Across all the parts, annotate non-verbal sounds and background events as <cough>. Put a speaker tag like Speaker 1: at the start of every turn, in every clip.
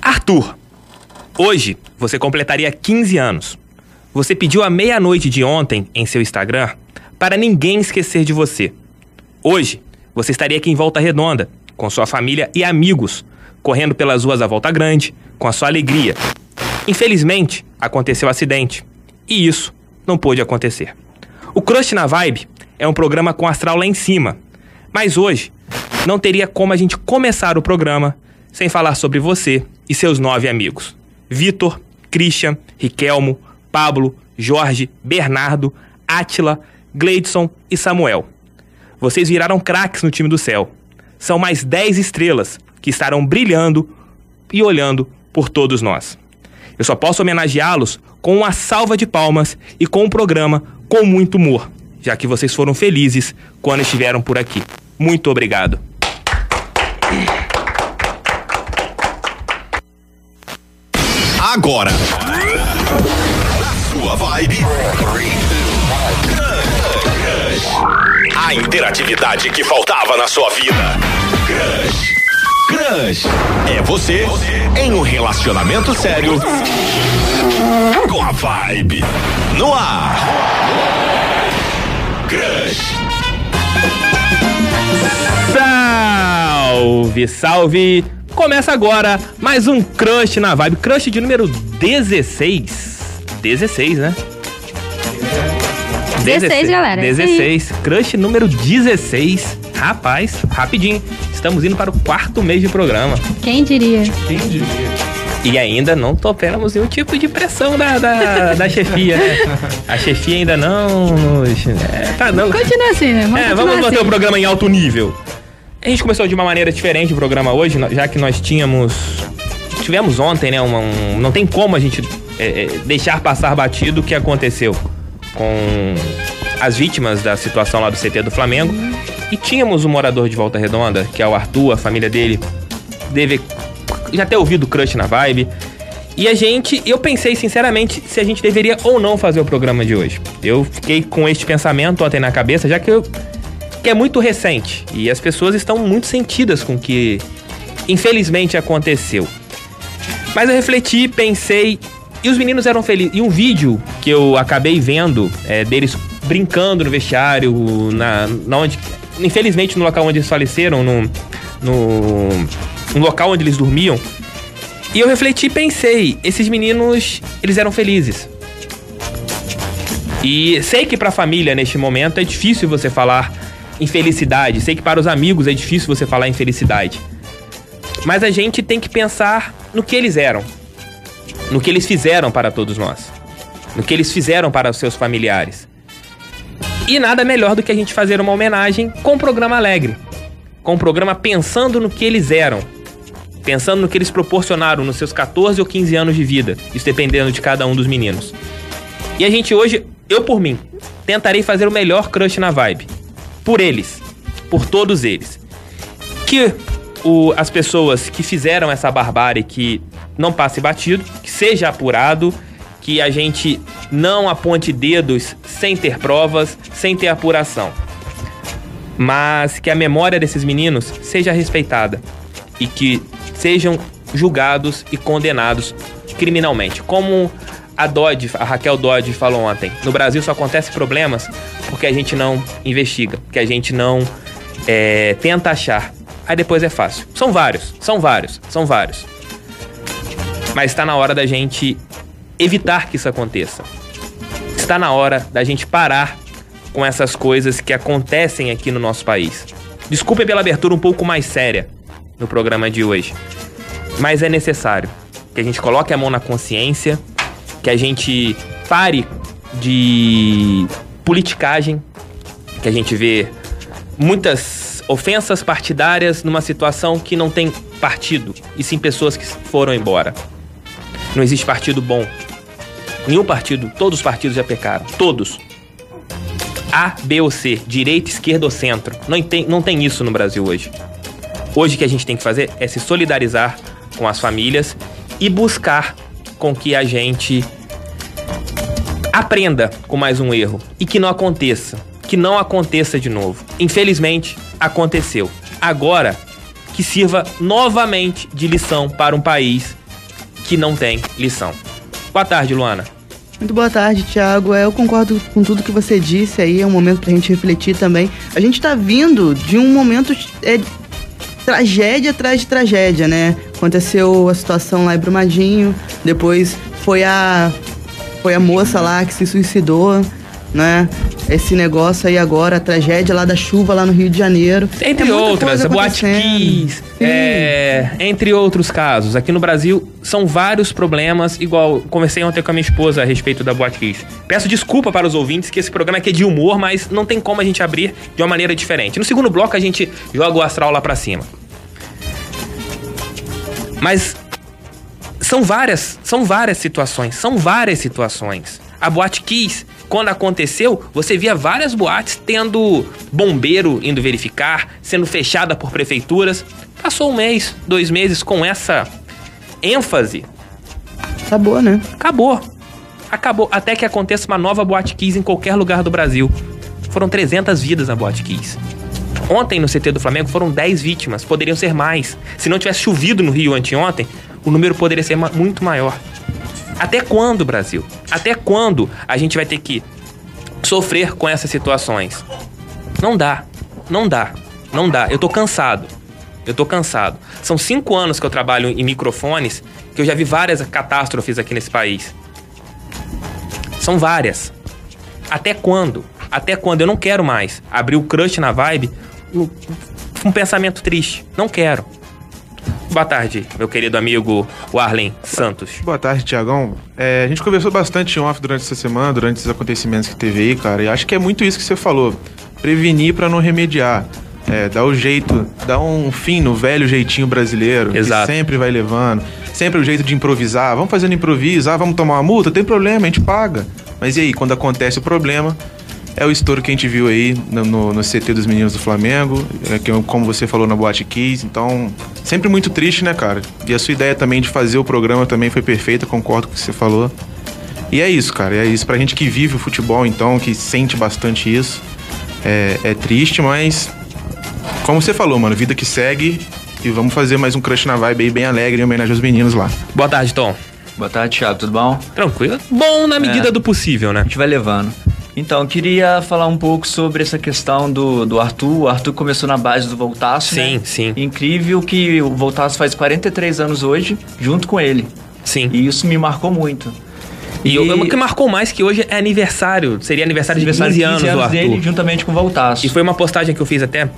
Speaker 1: Arthur, hoje você completaria 15 anos. Você pediu à meia-noite de ontem em seu Instagram para ninguém esquecer de você. Hoje você estaria aqui em Volta Redonda, com sua família e amigos, correndo pelas ruas da Volta Grande, com a sua alegria. Infelizmente, aconteceu um acidente. E isso não pôde acontecer. O Crush na Vibe é um programa com astral lá em cima. Mas hoje, não teria como a gente começar o programa sem falar sobre você e seus nove amigos: Vitor, Christian, Riquelmo, Pablo, Jorge, Bernardo, Átila, Gleidson e Samuel. Vocês viraram craques no time do céu. São mais 10 estrelas que estarão brilhando e olhando por todos nós. Eu só posso homenageá-los com uma salva de palmas e com um programa com muito humor, já que vocês foram felizes quando estiveram por aqui. Muito obrigado.
Speaker 2: Agora, na sua vibe. A interatividade que faltava na sua vida. Crush. Crush. É você, em um relacionamento sério. Com a vibe. No ar. Crush.
Speaker 1: Salve, salve! Começa agora mais um Crush na Vibe. Crush de número 16. 16, né?
Speaker 3: 16, galera. é
Speaker 1: 16. Crush número 16. Rapaz, rapidinho. Estamos indo para o quarto mês de programa.
Speaker 3: Quem diria?
Speaker 1: E ainda não topamos nenhum tipo de pressão da,
Speaker 3: <laughs>
Speaker 1: da, da chefia, né? A chefia ainda não. nos- É, tá, não.
Speaker 3: Continua assim, né? Vamos
Speaker 1: É,
Speaker 3: continuar
Speaker 1: vamos manter
Speaker 3: assim.
Speaker 1: o programa em alto nível. A gente começou de uma maneira diferente o programa hoje, no- já que nós tínhamos. Tivemos ontem, né? uma- um- não tem como a gente é, é, deixar passar batido o que aconteceu com as vítimas da situação lá do CT do Flamengo. E tínhamos um morador de Volta Redonda, que é o Arthur, a família dele deve já ter ouvido o Crush na Vibe. E a gente, eu pensei sinceramente se a gente deveria ou não fazer o programa de hoje. Eu fiquei com este pensamento ontem na cabeça, já que eu que é muito recente e as pessoas estão muito sentidas com o que infelizmente aconteceu. Mas eu refleti, pensei e os meninos eram felizes. E um vídeo que eu acabei vendo é, deles brincando no vestiário, na, na onde infelizmente no local onde eles faleceram, no, no, no local onde eles dormiam. E eu refleti e pensei, esses meninos, eles eram felizes. E sei que para a família neste momento é difícil você falar infelicidade, sei que para os amigos é difícil você falar infelicidade. Mas a gente tem que pensar no que eles eram, no que eles fizeram para todos nós, no que eles fizeram para os seus familiares. E nada melhor do que a gente fazer uma homenagem com um programa alegre, com um programa pensando no que eles eram, pensando no que eles proporcionaram nos seus 14 ou 15 anos de vida, isso dependendo de cada um dos meninos. E a gente hoje, eu por mim, tentarei fazer o melhor crush na vibe. Por eles. Por todos eles. Que o- as pessoas que fizeram essa barbárie que não passe batido, que seja apurado, que a gente não aponte dedos sem ter provas, sem ter apuração. Mas que a memória desses meninos seja respeitada e que sejam julgados e condenados criminalmente. Como a Dodge, a Raquel Dodge falou ontem, no Brasil só acontece problemas porque a gente não investiga, porque a gente não é, tenta achar. Aí depois é fácil. São vários, são vários, são vários. Mas está na hora da gente evitar que isso aconteça. Está na hora da gente parar com essas coisas que acontecem aqui no nosso país. Desculpem pela abertura um pouco mais séria no programa de hoje, mas é necessário que a gente coloque a mão na consciência, que a gente pare de politicagem, que a gente vê muitas ofensas partidárias numa situação que não tem partido, e sim pessoas que foram embora. Não existe partido bom. Nenhum partido, todos os partidos já pecaram. Todos. A, B ou C, direita, esquerda ou centro. Não tem, não tem isso no Brasil hoje. Hoje o que a gente tem que fazer é se solidarizar com as famílias e buscar com que a gente aprenda com mais um erro e que não aconteça, que não aconteça de novo. Infelizmente, aconteceu. Agora que sirva novamente de lição para um país que não tem lição. Boa tarde, Luana.
Speaker 4: Muito boa tarde, Thiago. É, Eu concordo com tudo que você disse aí, é um momento pra gente refletir também. A gente tá vindo de um momento é, tragédia atrás de tragédia, né? Aconteceu a situação lá em Brumadinho, depois foi a foi a moça lá que se suicidou, né? Esse negócio aí agora, a tragédia lá da chuva lá no Rio de Janeiro.
Speaker 1: Entre
Speaker 4: É muita
Speaker 1: outras,
Speaker 4: coisa
Speaker 1: a Boate
Speaker 4: acontecendo.
Speaker 1: Kiss, é, entre outros casos. Aqui no Brasil são vários problemas, igual conversei ontem com a minha esposa a respeito da Boate Kiss. Peço desculpa para os ouvintes que esse programa aqui é de humor, mas não tem como a gente abrir de uma maneira diferente. No segundo bloco a gente joga o astral lá pra cima. Mas são várias, são várias situações, são várias situações. A boate Kiss, quando aconteceu, você via várias boates tendo bombeiro indo verificar, sendo fechada por prefeituras. Passou um mês, dois meses com essa ênfase,
Speaker 4: Acabou, né?
Speaker 1: acabou. Acabou até que aconteça uma nova boate Kiss em qualquer lugar do Brasil. Foram 300 vidas na boate Kiss. Ontem no CT do Flamengo foram 10 vítimas, poderiam ser mais. Se não tivesse chovido no Rio anteontem, o número poderia ser ma- muito maior. Até quando, Brasil? Até quando a gente vai ter que sofrer com essas situações? Não dá. Não dá. Não dá. Eu tô cansado. Eu tô cansado. São cinco anos que eu trabalho em microfones que eu já vi várias catástrofes aqui nesse país. São várias. Até quando? Até quando? Eu não quero mais abrir o crush na vibe no- com um pensamento triste. Não quero. Boa tarde, meu querido amigo Warlen Santos.
Speaker 5: Boa tarde, Tiagão. É, a gente conversou bastante em off durante essa semana, durante esses acontecimentos que teve aí, cara, e acho que é muito isso que você falou. Prevenir pra não remediar. É, dar o jeito, dar um fim no velho jeitinho brasileiro,
Speaker 1: Exato.
Speaker 5: que sempre vai levando. Sempre o jeito de improvisar. Vamos fazendo improviso, ah, vamos tomar uma multa, tem problema, a gente paga. Mas e aí, quando acontece o problema, é o estouro que a gente viu aí no, no- no CT dos meninos do Flamengo, é, que, como você falou na Boate Kiss, então sempre muito triste, né, cara? E a sua ideia também de fazer o programa também foi perfeita, concordo com o que você falou. E é isso, cara, é isso. Pra gente que vive o futebol, então, que sente bastante isso, é, é triste, mas como você falou, mano, vida que segue e vamos fazer mais um Crush na Vibe aí bem alegre em homenagem aos meninos lá.
Speaker 1: Boa tarde, Tom.
Speaker 6: Boa tarde, Thiago, tudo bom?
Speaker 1: Tranquilo? Bom na medida
Speaker 6: É.
Speaker 1: do possível, né?
Speaker 6: A gente vai levando. Então, eu queria falar um pouco sobre essa questão do, do Arthur. O Arthur começou na base do Voltaço,
Speaker 1: Sim,
Speaker 6: né?
Speaker 1: sim.
Speaker 6: Incrível que o Voltaço faz 43 anos hoje, junto com ele.
Speaker 1: Sim.
Speaker 6: E isso me marcou muito.
Speaker 1: E, o- o que marcou mais que hoje é aniversário. Seria aniversário,
Speaker 6: aniversário
Speaker 1: de 15
Speaker 6: 15
Speaker 1: anos, do Arthur.
Speaker 6: dele, juntamente com o Voltaço.
Speaker 1: E foi uma postagem que eu fiz até.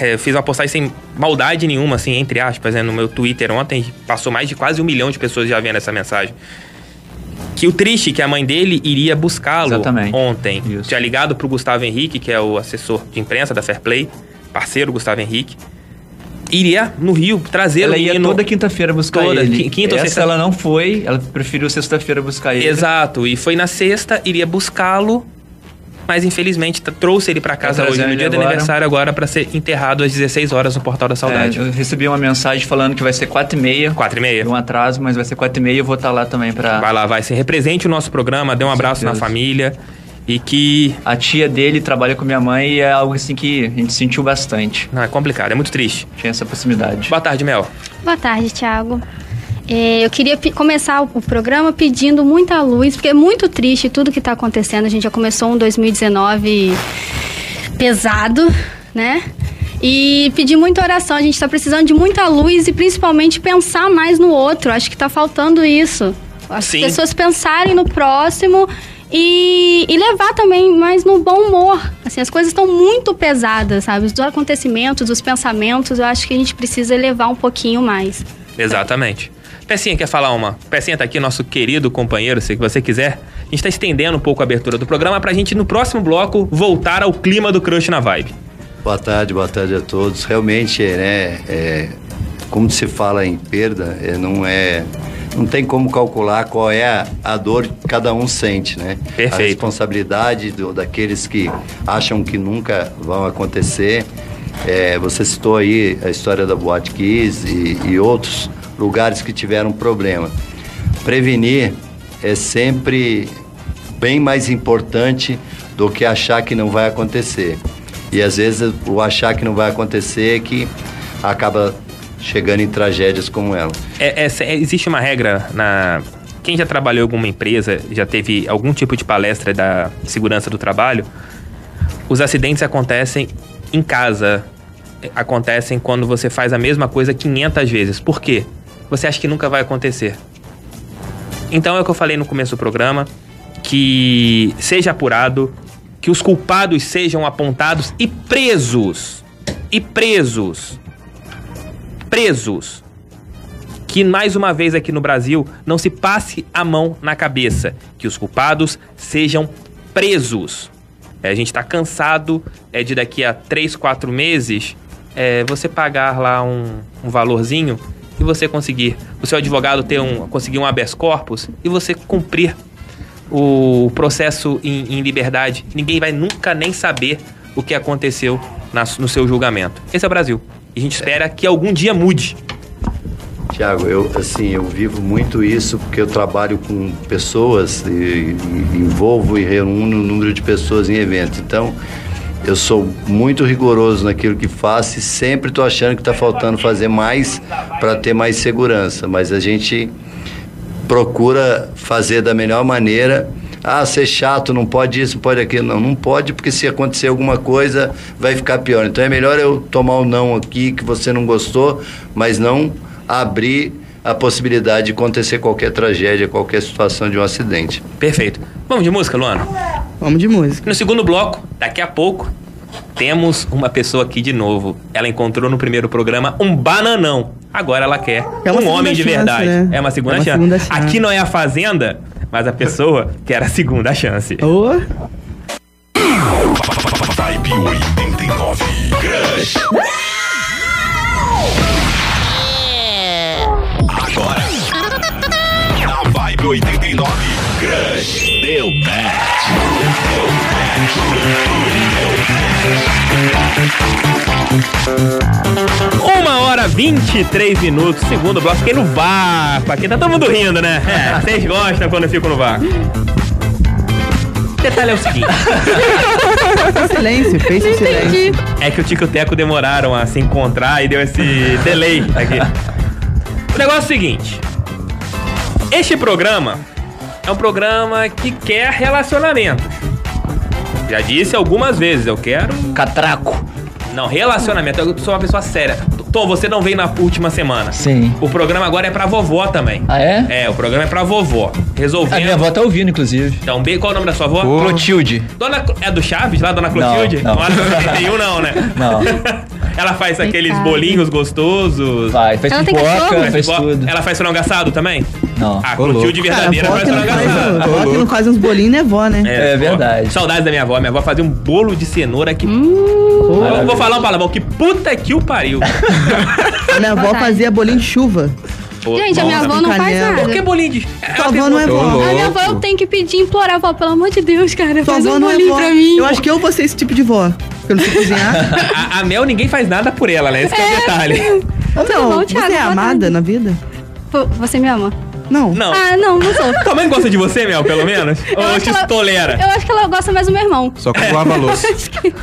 Speaker 1: é, eu fiz uma postagem sem maldade nenhuma, assim, entre aspas, né, no meu Twitter ontem. Passou mais de quase um milhão de pessoas já vendo essa mensagem. Que o triste é que a mãe dele iria buscá-lo
Speaker 6: Exatamente.
Speaker 1: ontem.
Speaker 6: Isso.
Speaker 1: Tinha ligado pro Gustavo Henrique, que é o assessor de imprensa da Fair Play, parceiro Gustavo Henrique. Iria no Rio trazer
Speaker 6: Ela
Speaker 1: o
Speaker 6: ia
Speaker 1: menino.
Speaker 6: toda quinta-feira buscar
Speaker 1: Toda, qui-
Speaker 6: ele.
Speaker 1: quinta ou
Speaker 6: Essa
Speaker 1: sexta-
Speaker 6: ela não foi, ela preferiu sexta-feira buscar ele.
Speaker 1: Exato, e foi na sexta, iria buscá-lo, mas infelizmente tá- trouxe ele pra casa
Speaker 6: Tá
Speaker 1: hoje, no
Speaker 6: trazendo
Speaker 1: dia
Speaker 6: ele
Speaker 1: do
Speaker 6: agora.
Speaker 1: aniversário, agora pra ser enterrado às 16 horas no Portal da
Speaker 6: É,
Speaker 1: Saudade.
Speaker 6: eu recebi uma mensagem falando que vai ser 4 e meia.
Speaker 1: Quatro e meia.
Speaker 6: Um atraso, mas vai ser 4 e meia. Eu vou estar lá também pra...
Speaker 1: Vai lá, vai, se represente o nosso programa, dê um abraço na
Speaker 6: certeza.
Speaker 1: família e que.
Speaker 6: A tia dele trabalha com minha mãe e é algo assim que a gente sentiu bastante.
Speaker 1: Não, é complicado, é muito triste.
Speaker 6: Tinha essa proximidade.
Speaker 1: Boa tarde, Mel.
Speaker 3: Boa tarde, Thiago. É, eu queria pe- começar o, o programa pedindo muita luz, porque é muito triste tudo que está acontecendo. A gente já começou um 2019 pesado, né? E pedir muita oração. A gente está precisando de muita luz e principalmente pensar mais no outro. Acho que está faltando isso. As
Speaker 1: Sim.
Speaker 3: pessoas pensarem no próximo e, e levar também mais no bom humor. Assim, as coisas estão muito pesadas, sabe? Os acontecimentos, os pensamentos, eu acho que a gente precisa elevar um pouquinho mais.
Speaker 1: Exatamente. Pecinha quer falar uma? Pecinha tá aqui, nosso querido companheiro, se você quiser. A gente tá estendendo um pouco a abertura do programa pra gente, no próximo bloco, voltar ao clima do crush na vibe.
Speaker 7: Boa tarde, boa tarde a todos. Realmente, né, é, como se fala em perda, é, não é, não tem como calcular qual é a, a dor que cada um sente, né? A
Speaker 1: Perfeito.
Speaker 7: responsabilidade do- daqueles que acham que nunca vão acontecer. É, você citou aí a história da Boate Kiss e, e outros lugares que tiveram problema. Prevenir é sempre bem mais importante do que achar que não vai acontecer. E às vezes o achar que não vai acontecer é que acaba chegando em tragédias como ela.
Speaker 1: É- é- é- existe uma regra na. Quem já trabalhou em alguma empresa, já teve algum tipo de palestra da segurança do trabalho, os acidentes acontecem em casa. Acontecem quando você faz a mesma coisa 500 vezes. Por quê? Você acha que nunca vai acontecer. Então é o que eu falei no começo do programa, que seja apurado, que os culpados sejam apontados e presos. E presos. Presos que mais uma vez aqui no Brasil não se passe a mão na cabeça, que os culpados sejam presos. É, a gente tá cansado é, de daqui a 3, 4 meses é, você pagar lá um, um valorzinho e você conseguir, o seu advogado ter um, conseguir um habeas corpus e você cumprir o processo em, em liberdade. Ninguém vai nunca nem saber o que aconteceu na- no seu julgamento. Esse é o Brasil. E a gente espera que algum dia mude.
Speaker 7: Tiago, eu assim, eu vivo muito isso porque eu trabalho com pessoas e, e envolvo e reúno o número de pessoas em eventos. Então, eu sou muito rigoroso naquilo que faço e sempre estou achando que está faltando fazer mais para ter mais segurança. Mas a gente procura fazer da melhor maneira. Ah, ser chato, não pode isso, não pode aquilo. Não, não pode, porque se acontecer alguma coisa, vai ficar pior. Então é melhor eu tomar o não aqui, que você não gostou, mas não abrir a possibilidade de acontecer qualquer tragédia, qualquer situação de um acidente.
Speaker 1: Perfeito. Vamos de música, Luana?
Speaker 4: Vamos de música.
Speaker 1: No segundo bloco, daqui a pouco, temos uma pessoa aqui de novo. Ela encontrou no primeiro programa um bananão. Agora ela quer
Speaker 4: É uma
Speaker 1: um
Speaker 4: segunda
Speaker 1: homem de
Speaker 4: chance,
Speaker 1: verdade.
Speaker 4: né?
Speaker 1: É uma,
Speaker 4: É
Speaker 1: segunda,
Speaker 4: uma
Speaker 1: chance.
Speaker 4: segunda chance.
Speaker 1: Aqui não é a fazenda, mas a pessoa <laughs> quer a segunda chance.
Speaker 4: Ô,
Speaker 2: Type 89. Crush. Agora. Na Vibe 89. Crush. Deu match.
Speaker 1: Uma hora 23 minutos, segundo bloco. Fiquei no vácuo aqui. Tá todo mundo rindo, né? É, vocês gostam quando eu fico no vácuo. O detalhe é o seguinte.
Speaker 4: fez silêncio, fez esse silêncio.
Speaker 3: Entendi.
Speaker 1: É que o Tico e o Teco demoraram a se encontrar e deu esse delay aqui. o negócio é o seguinte. Este programa é um programa que quer relacionamentos. Já disse algumas vezes, eu quero...
Speaker 6: Catraco.
Speaker 1: Não, relacionamento, eu sou uma pessoa séria. Tom, você não veio na última semana.
Speaker 6: Sim.
Speaker 1: O programa agora é pra vovó também.
Speaker 6: Ah, é?
Speaker 1: É, o programa é pra vovó.
Speaker 6: A minha
Speaker 1: Resolvendo.
Speaker 6: avó tá ouvindo, inclusive.
Speaker 1: Então, bem- qual é o nome da sua avó?
Speaker 5: Pô.
Speaker 6: Clotilde.
Speaker 1: Dona Clo- é do Chaves lá, Dona Clotilde?
Speaker 6: Não, não.
Speaker 1: é do 71 não, né?
Speaker 6: Não.
Speaker 1: <laughs> Ela faz aqueles
Speaker 3: Coitada.
Speaker 1: bolinhos gostosos.
Speaker 6: Vai, faz
Speaker 3: Ela tem
Speaker 6: pipoca,
Speaker 3: cachorro?
Speaker 6: faz
Speaker 1: Igual-
Speaker 6: tudo. Ah,
Speaker 1: Ela faz frango assado também?
Speaker 6: Não.
Speaker 1: A
Speaker 5: Ô,
Speaker 1: Clotilde
Speaker 5: louco.
Speaker 4: Cara,
Speaker 1: verdadeira
Speaker 4: vó
Speaker 1: faz
Speaker 4: que não
Speaker 1: frango
Speaker 4: faz,
Speaker 1: assado.
Speaker 4: vó "Ah, que não faz uns bolinhos, né, vó, né?
Speaker 6: É
Speaker 1: pô,
Speaker 6: verdade.
Speaker 1: Saudades da minha avó. Minha avó fazia um bolo de cenoura que.
Speaker 3: Hum.
Speaker 1: Pô, eu vou
Speaker 6: maravilha.
Speaker 1: falar um palavrão. Que puta que o
Speaker 6: <laughs>
Speaker 1: pariu.
Speaker 4: A minha avó
Speaker 3: Saudade.
Speaker 4: fazia bolinho de chuva.
Speaker 1: Pô,
Speaker 3: Gente, a minha
Speaker 1: nossa.
Speaker 3: avó não faz
Speaker 4: Canela.
Speaker 3: nada.
Speaker 1: Por que bolinho de.
Speaker 4: Sua
Speaker 1: Ela fez
Speaker 4: avó não é
Speaker 3: Tá
Speaker 5: Ô,
Speaker 4: vó.
Speaker 5: louco.
Speaker 3: A minha avó eu tenho que pedir, implorar, vó, pelo amor de Deus, cara,
Speaker 4: Sua
Speaker 3: faz
Speaker 4: avó
Speaker 3: um
Speaker 4: não é
Speaker 3: bolinho
Speaker 4: vó.
Speaker 3: pra mim.
Speaker 4: Eu acho que eu vou ser esse tipo de vó. Porque eu não sei
Speaker 3: <laughs>
Speaker 4: cozinhar.
Speaker 1: a, a Mel, ninguém faz nada por ela, né? Esse que é, o detalhe.
Speaker 3: Tudo
Speaker 4: não,
Speaker 3: bom,
Speaker 4: você
Speaker 3: Thiago?
Speaker 4: é
Speaker 3: Boa
Speaker 4: amada
Speaker 3: tarde.
Speaker 4: na vida?
Speaker 3: Pô, Você me ama?
Speaker 4: Não.
Speaker 1: Não.
Speaker 3: Ah, não, não sou.
Speaker 1: Tua mãe gosta de você, Mel, pelo menos?
Speaker 3: Eu
Speaker 1: Ou
Speaker 3: acho que
Speaker 1: te
Speaker 3: ela-
Speaker 1: tolera?
Speaker 3: Eu acho que ela gosta mais do meu irmão. <laughs> É,
Speaker 5: Só que lava a louça.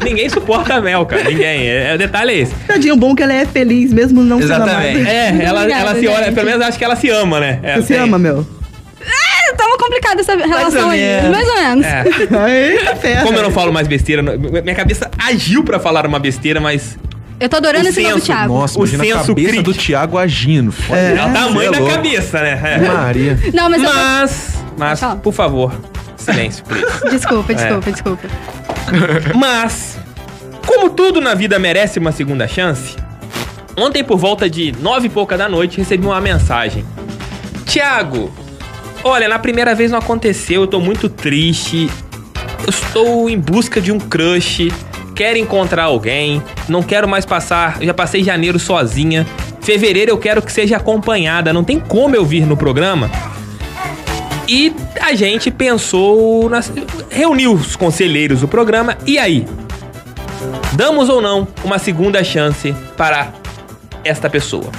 Speaker 1: Ninguém suporta a Mel, cara. Ninguém. É, é- o detalhe é esse.
Speaker 4: Tadinho, o bom é que ela é feliz, mesmo não sendo
Speaker 6: Exatamente.
Speaker 4: amada.
Speaker 1: É,
Speaker 3: Muito
Speaker 1: ela,
Speaker 3: obrigada,
Speaker 1: ela se olha,
Speaker 3: gente.
Speaker 1: pelo menos acho que ela se ama, né? É,
Speaker 4: Você se
Speaker 1: assim.
Speaker 4: ama, meu.
Speaker 3: É, tá uma complicada essa relação
Speaker 6: ou
Speaker 3: aí.
Speaker 6: menos.
Speaker 3: Mais ou menos.
Speaker 1: É.
Speaker 4: Eita, ferra.
Speaker 1: Como eu não falo mais besteira, não- minha cabeça agiu pra falar uma besteira, mas
Speaker 3: Eu tô adorando
Speaker 1: O
Speaker 3: esse novo
Speaker 1: senso,
Speaker 3: Thiago.
Speaker 5: Nossa,
Speaker 1: O
Speaker 5: imagina a
Speaker 1: senso
Speaker 5: cabeça
Speaker 1: crítico.
Speaker 5: do Thiago agindo. filho.
Speaker 1: é o tamanho
Speaker 5: Você é
Speaker 1: da
Speaker 5: louco.
Speaker 1: cabeça, né? É.
Speaker 5: Maria.
Speaker 3: Não, mas,
Speaker 1: Mas, mas,
Speaker 3: Fala.
Speaker 1: por favor, silêncio, please.
Speaker 3: eu.
Speaker 1: <laughs>
Speaker 3: Desculpa, desculpa, desculpa.
Speaker 1: Mas, como tudo na vida merece uma segunda chance, ontem por volta de nove e pouca da noite recebi uma mensagem. Tiago, olha, na primeira vez não aconteceu, eu tô muito triste, eu estou em busca de um crush, quero encontrar alguém, não quero mais passar, eu já passei janeiro sozinha, fevereiro eu quero que seja acompanhada, não tem como eu vir no programa. E a gente pensou, nas- reuniu os conselheiros do programa, e aí? Damos ou não uma segunda chance para esta pessoa?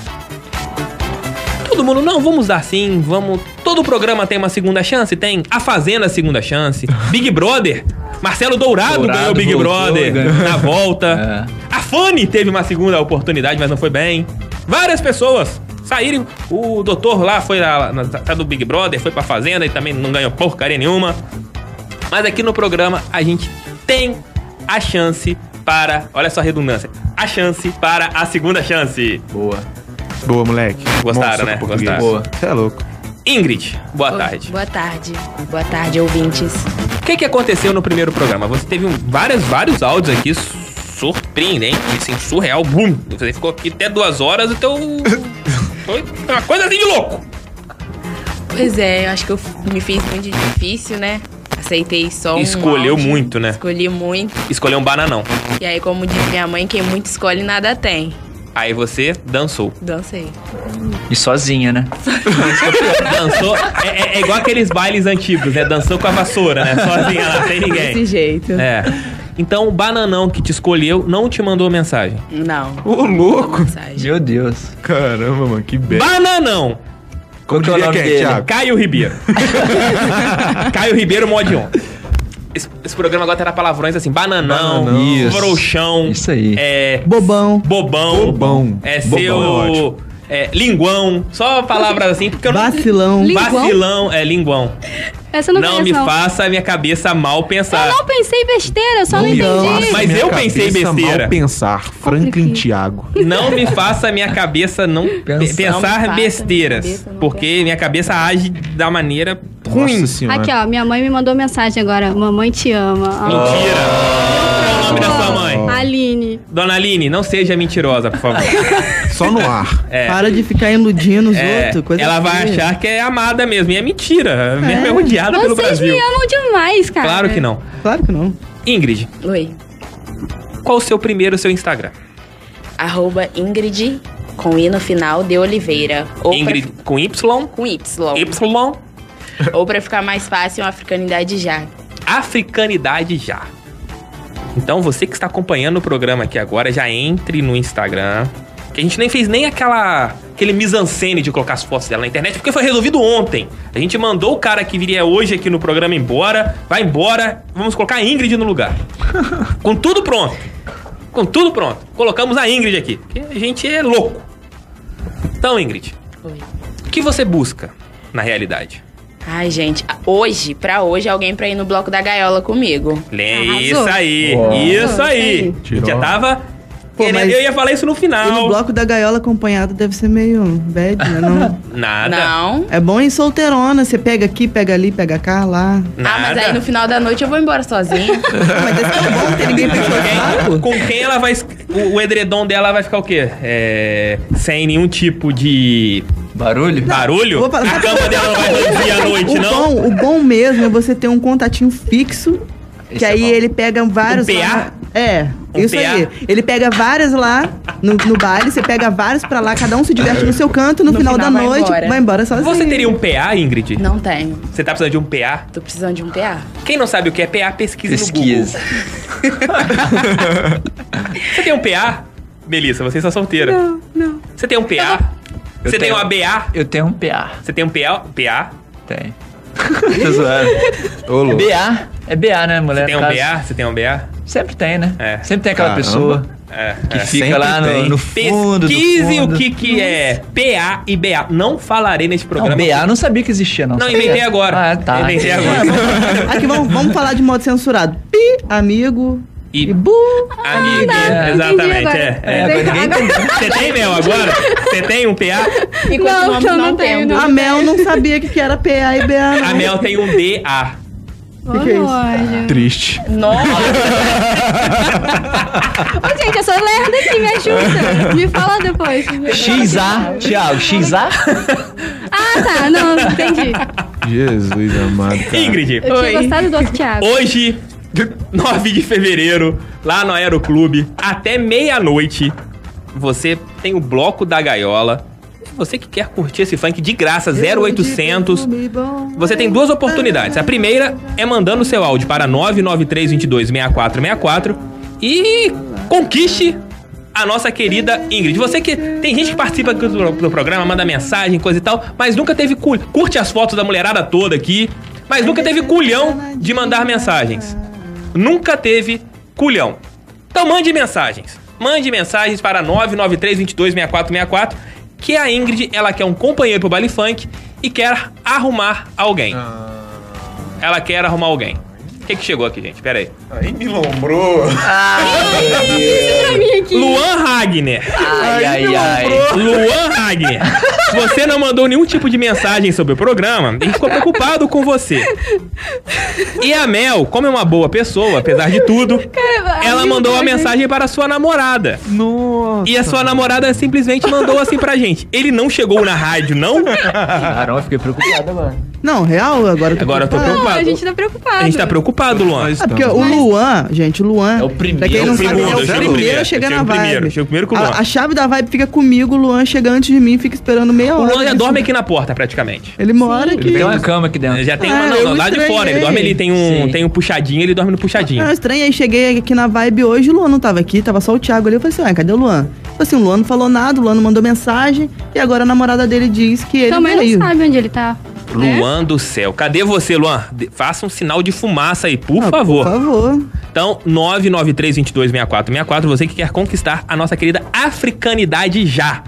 Speaker 1: Todo mundo, não, vamos dar sim, vamos. Todo programa tem uma segunda chance? Tem. A Fazenda, segunda chance. Big Brother. Marcelo Dourado,
Speaker 6: Dourado
Speaker 1: ganhou Big
Speaker 6: voltou, né?
Speaker 1: Brother
Speaker 6: ganhou.
Speaker 1: na volta. A Fanny teve uma segunda oportunidade, mas não foi bem. várias pessoas saírem. O doutor lá foi lá, na- tá do Big Brother, foi pra fazenda e também não ganhou porcaria nenhuma. Mas aqui no programa a gente tem a chance para, olha só a redundância, a chance para a segunda chance.
Speaker 6: Boa.
Speaker 5: Boa, moleque.
Speaker 1: Gostaram,
Speaker 5: Monstro
Speaker 1: né?
Speaker 5: português.
Speaker 1: Gostaram.
Speaker 5: Boa. Você é louco.
Speaker 1: Ingrid, boa tarde.
Speaker 8: Boa tarde. Boa tarde, ouvintes.
Speaker 1: O que, que aconteceu no primeiro programa? Você teve um, várias, vários áudios aqui surpreendente, assim, surreal, boom. Você ficou aqui até duas horas, então. Foi uma coisa assim de louco.
Speaker 8: Pois é, eu acho que eu me fiz muito difícil, né? Aceitei só um
Speaker 1: Escolheu
Speaker 8: áudio.
Speaker 1: muito, né?
Speaker 8: Escolhi muito.
Speaker 1: Escolheu um bananão.
Speaker 8: E aí, como diz minha mãe, quem muito escolhe nada tem.
Speaker 1: Aí você dançou.
Speaker 8: Dancei.
Speaker 6: E sozinha, né?
Speaker 1: Dançou. É, é- é igual aqueles bailes antigos, né? Dançou com a vassoura, né? Sozinha lá, sem
Speaker 8: Desse
Speaker 1: ninguém.
Speaker 8: jeito.
Speaker 1: É. Então o bananão que te escolheu não te mandou mensagem.
Speaker 8: Não.
Speaker 5: Ô, louco.
Speaker 8: Mensagem.
Speaker 6: Meu Deus.
Speaker 5: Caramba, mano, que belo.
Speaker 1: Bananão!
Speaker 6: Qual que é o
Speaker 5: diria
Speaker 6: nome
Speaker 5: que é,
Speaker 6: dele?
Speaker 5: Thiago?
Speaker 1: Caio Ribeiro. Caio Ribeiro Modion. Esse, esse programa agora terá palavrões assim, bananão,
Speaker 5: Bananão.
Speaker 6: Isso.
Speaker 1: frouxão.
Speaker 6: Isso aí.
Speaker 1: É,
Speaker 4: Bobão.
Speaker 1: bobão.
Speaker 5: Bobão.
Speaker 1: É
Speaker 5: Bobão é
Speaker 1: seu...
Speaker 5: ótimo.
Speaker 1: é, linguão. Só palavras assim, porque eu não...
Speaker 4: Vacilão.
Speaker 3: Linguão?
Speaker 1: Vacilão. É, linguão.
Speaker 3: Essa eu não,
Speaker 1: Não,
Speaker 3: conheço,
Speaker 1: me
Speaker 3: não.
Speaker 1: faça a minha cabeça mal pensar.
Speaker 3: Eu não pensei besteira, eu só não
Speaker 4: Não.
Speaker 3: entendi.
Speaker 1: Mas
Speaker 5: Minha
Speaker 1: eu pensei
Speaker 5: cabeça
Speaker 1: besteira.
Speaker 5: Mal pensar. Franklin
Speaker 3: Complicado.
Speaker 5: Thiago.
Speaker 1: Não me faça minha cabeça não pe-
Speaker 6: Pensar.
Speaker 1: pensar,
Speaker 8: Não me faça minha
Speaker 1: besteiras.
Speaker 8: cabeça não
Speaker 1: porque minha cabeça age da maneira ruim.
Speaker 5: Nossa senhora.
Speaker 3: Aqui, ó, minha mãe me mandou mensagem agora. Mamãe te ama. Ah.
Speaker 1: Mentira. Qual é o nome da sua mãe?
Speaker 3: Aline.
Speaker 1: Dona Aline, não seja mentirosa, por favor.
Speaker 5: Só no ar.
Speaker 1: É.
Speaker 4: Para de ficar iludindo os
Speaker 1: É,
Speaker 4: outros. Coisa assim.
Speaker 1: ela vai
Speaker 4: feia.
Speaker 1: achar que é amada mesmo. E é mentira. Mesmo é odiada pelo
Speaker 3: Vocês
Speaker 1: Brasil.
Speaker 3: me amam demais, cara.
Speaker 1: Claro que não.
Speaker 4: Claro que não.
Speaker 1: Ingrid,
Speaker 8: Oi.
Speaker 1: qual o seu primeiro seu Instagram?
Speaker 8: Arroba Ingrid, com I no final, de Oliveira. Ou pra-
Speaker 1: Ingrid com Y,
Speaker 8: com Y.
Speaker 1: Y,
Speaker 8: Ou pra ficar mais fácil, uma africanidade já.
Speaker 1: Africanidade já. Então você que está acompanhando o programa aqui agora, já entre no Instagram. Que a gente nem fez nem aquela aquele mise-en-scène de colocar as fotos dela na internet, porque foi resolvido ontem. A gente mandou o cara que viria hoje aqui no programa embora, vai embora, vamos colocar a Ingrid no lugar. Com tudo pronto. Com tudo pronto. Colocamos a Ingrid aqui, porque a gente é louco. Então, Ingrid,
Speaker 8: Oi.
Speaker 1: o que você busca na realidade?
Speaker 8: Ai, gente, a- hoje, pra hoje, alguém pra ir no bloco da gaiola comigo.
Speaker 1: Lê,
Speaker 3: Arrasou.
Speaker 1: "É Isso aí,
Speaker 6: Ó.
Speaker 1: isso aí.
Speaker 3: Arrasou,
Speaker 5: Tirou.
Speaker 1: Já tava.
Speaker 4: Pô,
Speaker 1: querendo-
Speaker 4: mas-
Speaker 1: Eu ia falar isso no
Speaker 4: E no
Speaker 1: final.
Speaker 4: bloco da gaiola acompanhado deve ser meio bad, né?
Speaker 1: <laughs>
Speaker 4: Não.
Speaker 1: Nada.
Speaker 8: Não.
Speaker 4: É bom em solteirona, você pega aqui, pega ali, pega cá, lá.
Speaker 8: Ah,
Speaker 1: Nada.
Speaker 8: mas aí no
Speaker 1: <laughs>
Speaker 8: final da noite eu vou embora sozinha. <laughs>
Speaker 4: Mas deve ser bom ter ninguém pra encher o saco.
Speaker 1: Quem- com quem ela vai. es- O, o edredom dela vai ficar o quê? É, sem nenhum tipo de
Speaker 6: Barulho?
Speaker 1: barulho?
Speaker 4: vou falar-
Speaker 1: A cama dela não vai rugir à
Speaker 4: <laughs>
Speaker 1: noite,
Speaker 4: o
Speaker 1: não?
Speaker 4: Bom, o bom mesmo é você ter um contatinho fixo.
Speaker 6: Esse
Speaker 4: que
Speaker 6: é
Speaker 4: aí
Speaker 6: bom.
Speaker 4: ele pega vários.
Speaker 1: Um PA?
Speaker 4: lá- é,
Speaker 1: Um
Speaker 4: isso
Speaker 1: PA?
Speaker 4: aí. Ele pega vários lá no, no baile, você pega vários pra lá, cada um se diverte no seu canto, no,
Speaker 8: No
Speaker 4: final,
Speaker 8: final
Speaker 4: da
Speaker 8: vai
Speaker 4: noite,
Speaker 8: embora.
Speaker 4: vai embora sozinho.
Speaker 1: Você teria um PA, Ingrid?
Speaker 8: Não tenho.
Speaker 1: Você tá precisando de um PA?
Speaker 8: Tô precisando de um PA.
Speaker 1: Quem não sabe o que é PA, pesquisa,
Speaker 6: Pesquisa.
Speaker 1: no Google. <laughs> Você tem um PA? Melissa, você está solteira. Não, não. Você tem um PA?
Speaker 6: Eu
Speaker 1: Você tem
Speaker 6: tenho.
Speaker 1: um ABA?
Speaker 6: Eu tenho um PA.
Speaker 1: Você tem um PA? PA?
Speaker 6: Tem. Tô zoando.
Speaker 5: Ô,
Speaker 6: É
Speaker 5: louco.
Speaker 6: BA. É BA, né, mulher?
Speaker 1: Tem um
Speaker 6: No caso,
Speaker 1: BA? Você tem um BA?
Speaker 6: Sempre tem, né?
Speaker 1: É.
Speaker 6: Sempre tem aquela
Speaker 5: Caramba.
Speaker 6: pessoa
Speaker 1: É.
Speaker 6: que
Speaker 1: é.
Speaker 6: fica
Speaker 5: Sempre
Speaker 6: lá no,
Speaker 5: tem.
Speaker 6: no fundo. do
Speaker 1: Pesquise
Speaker 6: fundo.
Speaker 1: o que, que é PA e BA. Não falarei nesse
Speaker 6: Não,
Speaker 1: programa.
Speaker 6: BA não sabia que existia, não.
Speaker 1: Não,
Speaker 6: Sabia?
Speaker 1: inventei agora.
Speaker 6: Ah, tá. <laughs>
Speaker 1: Inventei agora.
Speaker 4: <laughs> Aqui vamos, vamos falar de modo censurado. Pi, amigo.
Speaker 1: E
Speaker 4: E bu.
Speaker 1: amiga,
Speaker 3: tá, entendi
Speaker 1: exatamente.
Speaker 3: agora.
Speaker 1: É, é.
Speaker 6: É, agora ninguém
Speaker 3: Agora-
Speaker 6: entendeu.
Speaker 1: Você tem, Mel, agora? Você tem um PA?
Speaker 8: E
Speaker 3: Não, não,
Speaker 8: continuamos não,
Speaker 3: não tenho,
Speaker 8: tendo.
Speaker 3: não.
Speaker 4: A Mel não sabia que, que era PA e né? BA, não.
Speaker 1: A Mel tem um DA.
Speaker 3: Ô,
Speaker 4: que é isso?
Speaker 3: Lorde.
Speaker 5: Triste.
Speaker 8: Nossa,
Speaker 3: Ô, gente, eu sou lerda aqui, me ajuda. Me fala depois.
Speaker 6: XA, Thiago, XA?
Speaker 3: Ah, tá, não, entendi.
Speaker 5: Jesus amado, cara.
Speaker 1: Ingrid,
Speaker 3: Eu
Speaker 8: Oi.
Speaker 3: tinha gostado do outro Thiago.
Speaker 1: hoje, <laughs> 9 de fevereiro, lá no Aeroclube, até meia-noite, você tem o Bloco da Gaiola. Você que quer curtir esse funk de graça, 0800... Você tem duas oportunidades. A primeira é mandando seu áudio para 993226464 e conquiste a nossa querida Ingrid. Você que tem gente que participa aqui do, do programa, manda mensagem, coisa e tal, mas nunca teve cu- curte as fotos da mulherada toda aqui, mas nunca teve culhão de mandar mensagens. Nunca teve culhão. Então mande mensagens. Mande mensagens para 993226464, que a Ingrid, ela quer um companheiro pro baile funk e quer arrumar alguém. Ela quer arrumar alguém. O que que chegou aqui, gente? Pera aí.
Speaker 5: Aí me lombrou.
Speaker 1: Luan Ragner.
Speaker 6: Ai, ai, ai.
Speaker 1: Luan Ragner, você não mandou nenhum tipo de mensagem sobre o programa e ficou preocupado com você. E a Mel, como é uma boa pessoa, apesar de tudo, ela mandou uma mensagem para a sua namorada.
Speaker 5: Nossa.
Speaker 1: E a sua namorada simplesmente mandou assim pra gente. Ele não chegou na rádio, não?
Speaker 6: Caramba, eu fiquei preocupado agora.
Speaker 4: Não, real, agora eu tô
Speaker 1: Agora eu
Speaker 4: preocupado.
Speaker 1: tô
Speaker 3: Não, a
Speaker 1: preocupado.
Speaker 3: gente tá preocupado.
Speaker 1: A gente tá preocupado, Luan.
Speaker 5: Nós
Speaker 4: É porque
Speaker 5: estamos.
Speaker 4: o Luan, gente, o Luan.
Speaker 6: É o primeiro.
Speaker 4: Pra quem não
Speaker 6: É o
Speaker 4: sabe,
Speaker 5: segundo,
Speaker 4: é o
Speaker 5: chega o
Speaker 4: primeiro,
Speaker 1: primeiro,
Speaker 4: a chegar
Speaker 1: chega
Speaker 4: na
Speaker 1: o
Speaker 4: vibe.
Speaker 1: primeiro, chega o primeiro com o Luan.
Speaker 4: a, a chave da vibe fica comigo, o Luan chega antes de mim, fica esperando meia
Speaker 1: O
Speaker 4: hora.
Speaker 1: Luan já
Speaker 4: Ele-
Speaker 1: dorme aqui na porta, praticamente.
Speaker 4: Ele mora aqui.
Speaker 6: Tem uma cama aqui dentro.
Speaker 1: Já tem
Speaker 4: Ah,
Speaker 1: uma, não,
Speaker 4: eu
Speaker 1: não, lá de fora. Ele
Speaker 4: estranhei.
Speaker 1: dorme ali, tem um,
Speaker 6: Sim.
Speaker 1: tem um puxadinho, ele dorme no puxadinho.
Speaker 4: Ah, estranho, aí cheguei aqui na vibe hoje, o Luan não tava aqui, tava só o Thiago ali. Eu falei assim, ué, cadê o Luan? Falei assim, o Luan não falou nada, o Luan não mandou mensagem, e agora a namorada dele diz que ele
Speaker 3: Também
Speaker 4: veio.
Speaker 3: não sabe onde ele tá. né?
Speaker 1: Luan do céu. Cadê você, Luan? De- faça um sinal de fumaça aí, por
Speaker 4: Ah,
Speaker 1: favor.
Speaker 4: Por favor.
Speaker 1: Então, 993226464, você que quer conquistar a nossa querida africanidade já.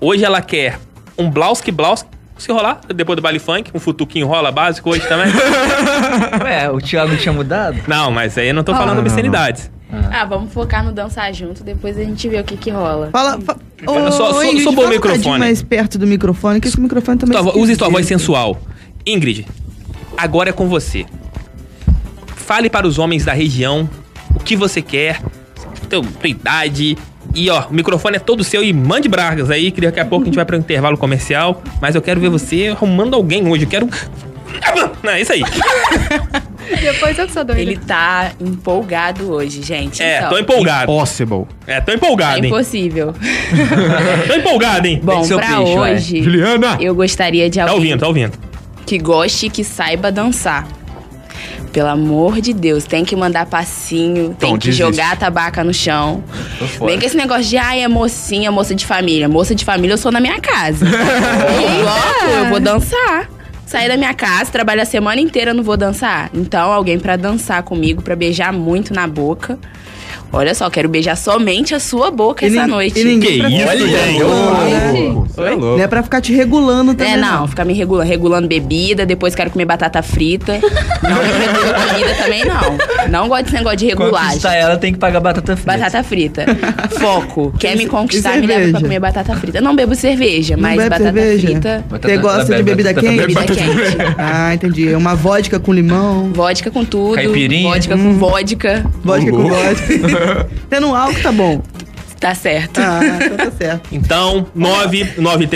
Speaker 1: Hoje ela quer um blauski blauski, se rolar, depois do baile funk, um futuquinho rola básico hoje também.
Speaker 4: <laughs>
Speaker 6: Ué, É, o Thiago tinha mudado?
Speaker 1: não, mas aí eu não tô falando obscenidades.
Speaker 8: <laughs> Ah, vamos focar no dançar junto, depois a gente vê o que que rola.
Speaker 4: Fala. Fa...
Speaker 1: Só- só-
Speaker 4: Ô, Ingrid,
Speaker 1: só pôr o
Speaker 4: fala um bocadinho
Speaker 1: microfone.
Speaker 4: mais perto do microfone, que esse microfone também.
Speaker 1: Tua vo-
Speaker 4: esquisito.
Speaker 1: use sua voz sensual. Ingrid, agora é com você. Fale para os homens da região o que você quer, teu- tua idade. E ó, o microfone é todo seu e mande bragas aí, que daqui a pouco a gente vai para um intervalo comercial. Mas eu quero ver você arrumando alguém hoje. Eu quero. <laughs> Não, é isso aí.
Speaker 8: Então.
Speaker 3: Depois eu que sou doida.
Speaker 8: Ele tá empolgado hoje, gente.
Speaker 1: É,
Speaker 8: então,
Speaker 1: tô empolgado.
Speaker 5: Possible.
Speaker 1: É, tô
Speaker 8: é
Speaker 1: empolgado, hein?
Speaker 8: impossível.
Speaker 1: Tô empolgado, hein?
Speaker 8: <laughs> Bom, é
Speaker 6: ser o
Speaker 8: pra
Speaker 6: peixe, vai.
Speaker 8: hoje,
Speaker 5: Juliana!
Speaker 8: eu gostaria de
Speaker 1: Tá
Speaker 8: alguém
Speaker 1: ouvindo, tá ouvindo.
Speaker 8: que goste e que saiba dançar. Pelo amor de Deus, tem que mandar passinho,
Speaker 4: Então,
Speaker 8: tem que
Speaker 5: desiste.
Speaker 8: jogar a tabaca no chão.
Speaker 6: Tô fora.
Speaker 8: Vem com esse negócio de, ai, é mocinha, moça de família. Moça de família eu sou na
Speaker 4: <laughs>
Speaker 8: minha casa. eu bloco, eu vou dançar. Saí da minha casa, trabalho a semana inteira, eu não vou dançar. Então, alguém pra dançar comigo, pra beijar muito na boca. Olha só, quero beijar somente a sua boca
Speaker 4: E
Speaker 8: essa
Speaker 4: nin-
Speaker 8: noite. né?
Speaker 4: e ninguém pra-
Speaker 1: gente?
Speaker 5: Você é louco.
Speaker 4: Não é pra ficar te regulando também.
Speaker 8: É, não, ficar me regulando, regulando bebida, depois quero comer batata frita. Não me regula comida também, não. Não gosto desse negócio de regulagem.
Speaker 6: Conquistar ela tem que pagar batata frita.
Speaker 8: Batata frita. Foco. <laughs> Quer me conquistar,
Speaker 4: e
Speaker 8: me leva pra
Speaker 4: cerveja?
Speaker 8: comer batata frita. Não bebo cerveja,
Speaker 4: Não
Speaker 8: mas
Speaker 4: bebe
Speaker 8: batata
Speaker 4: cerveja?
Speaker 8: frita,
Speaker 4: Você gosta de bebida
Speaker 6: Batata-
Speaker 4: quente?
Speaker 8: bebida quente.
Speaker 4: Ah, entendi. É Uma vodka com limão,
Speaker 8: Vodka com tudo.
Speaker 6: Caipirinha.
Speaker 8: Vodka
Speaker 4: Hum.
Speaker 8: com vodka.
Speaker 4: vodka com vodka.
Speaker 1: <laughs>
Speaker 4: Tendo um álcool, tá bom.
Speaker 8: Tá certo.
Speaker 4: Ah, então tá certo.
Speaker 1: Então,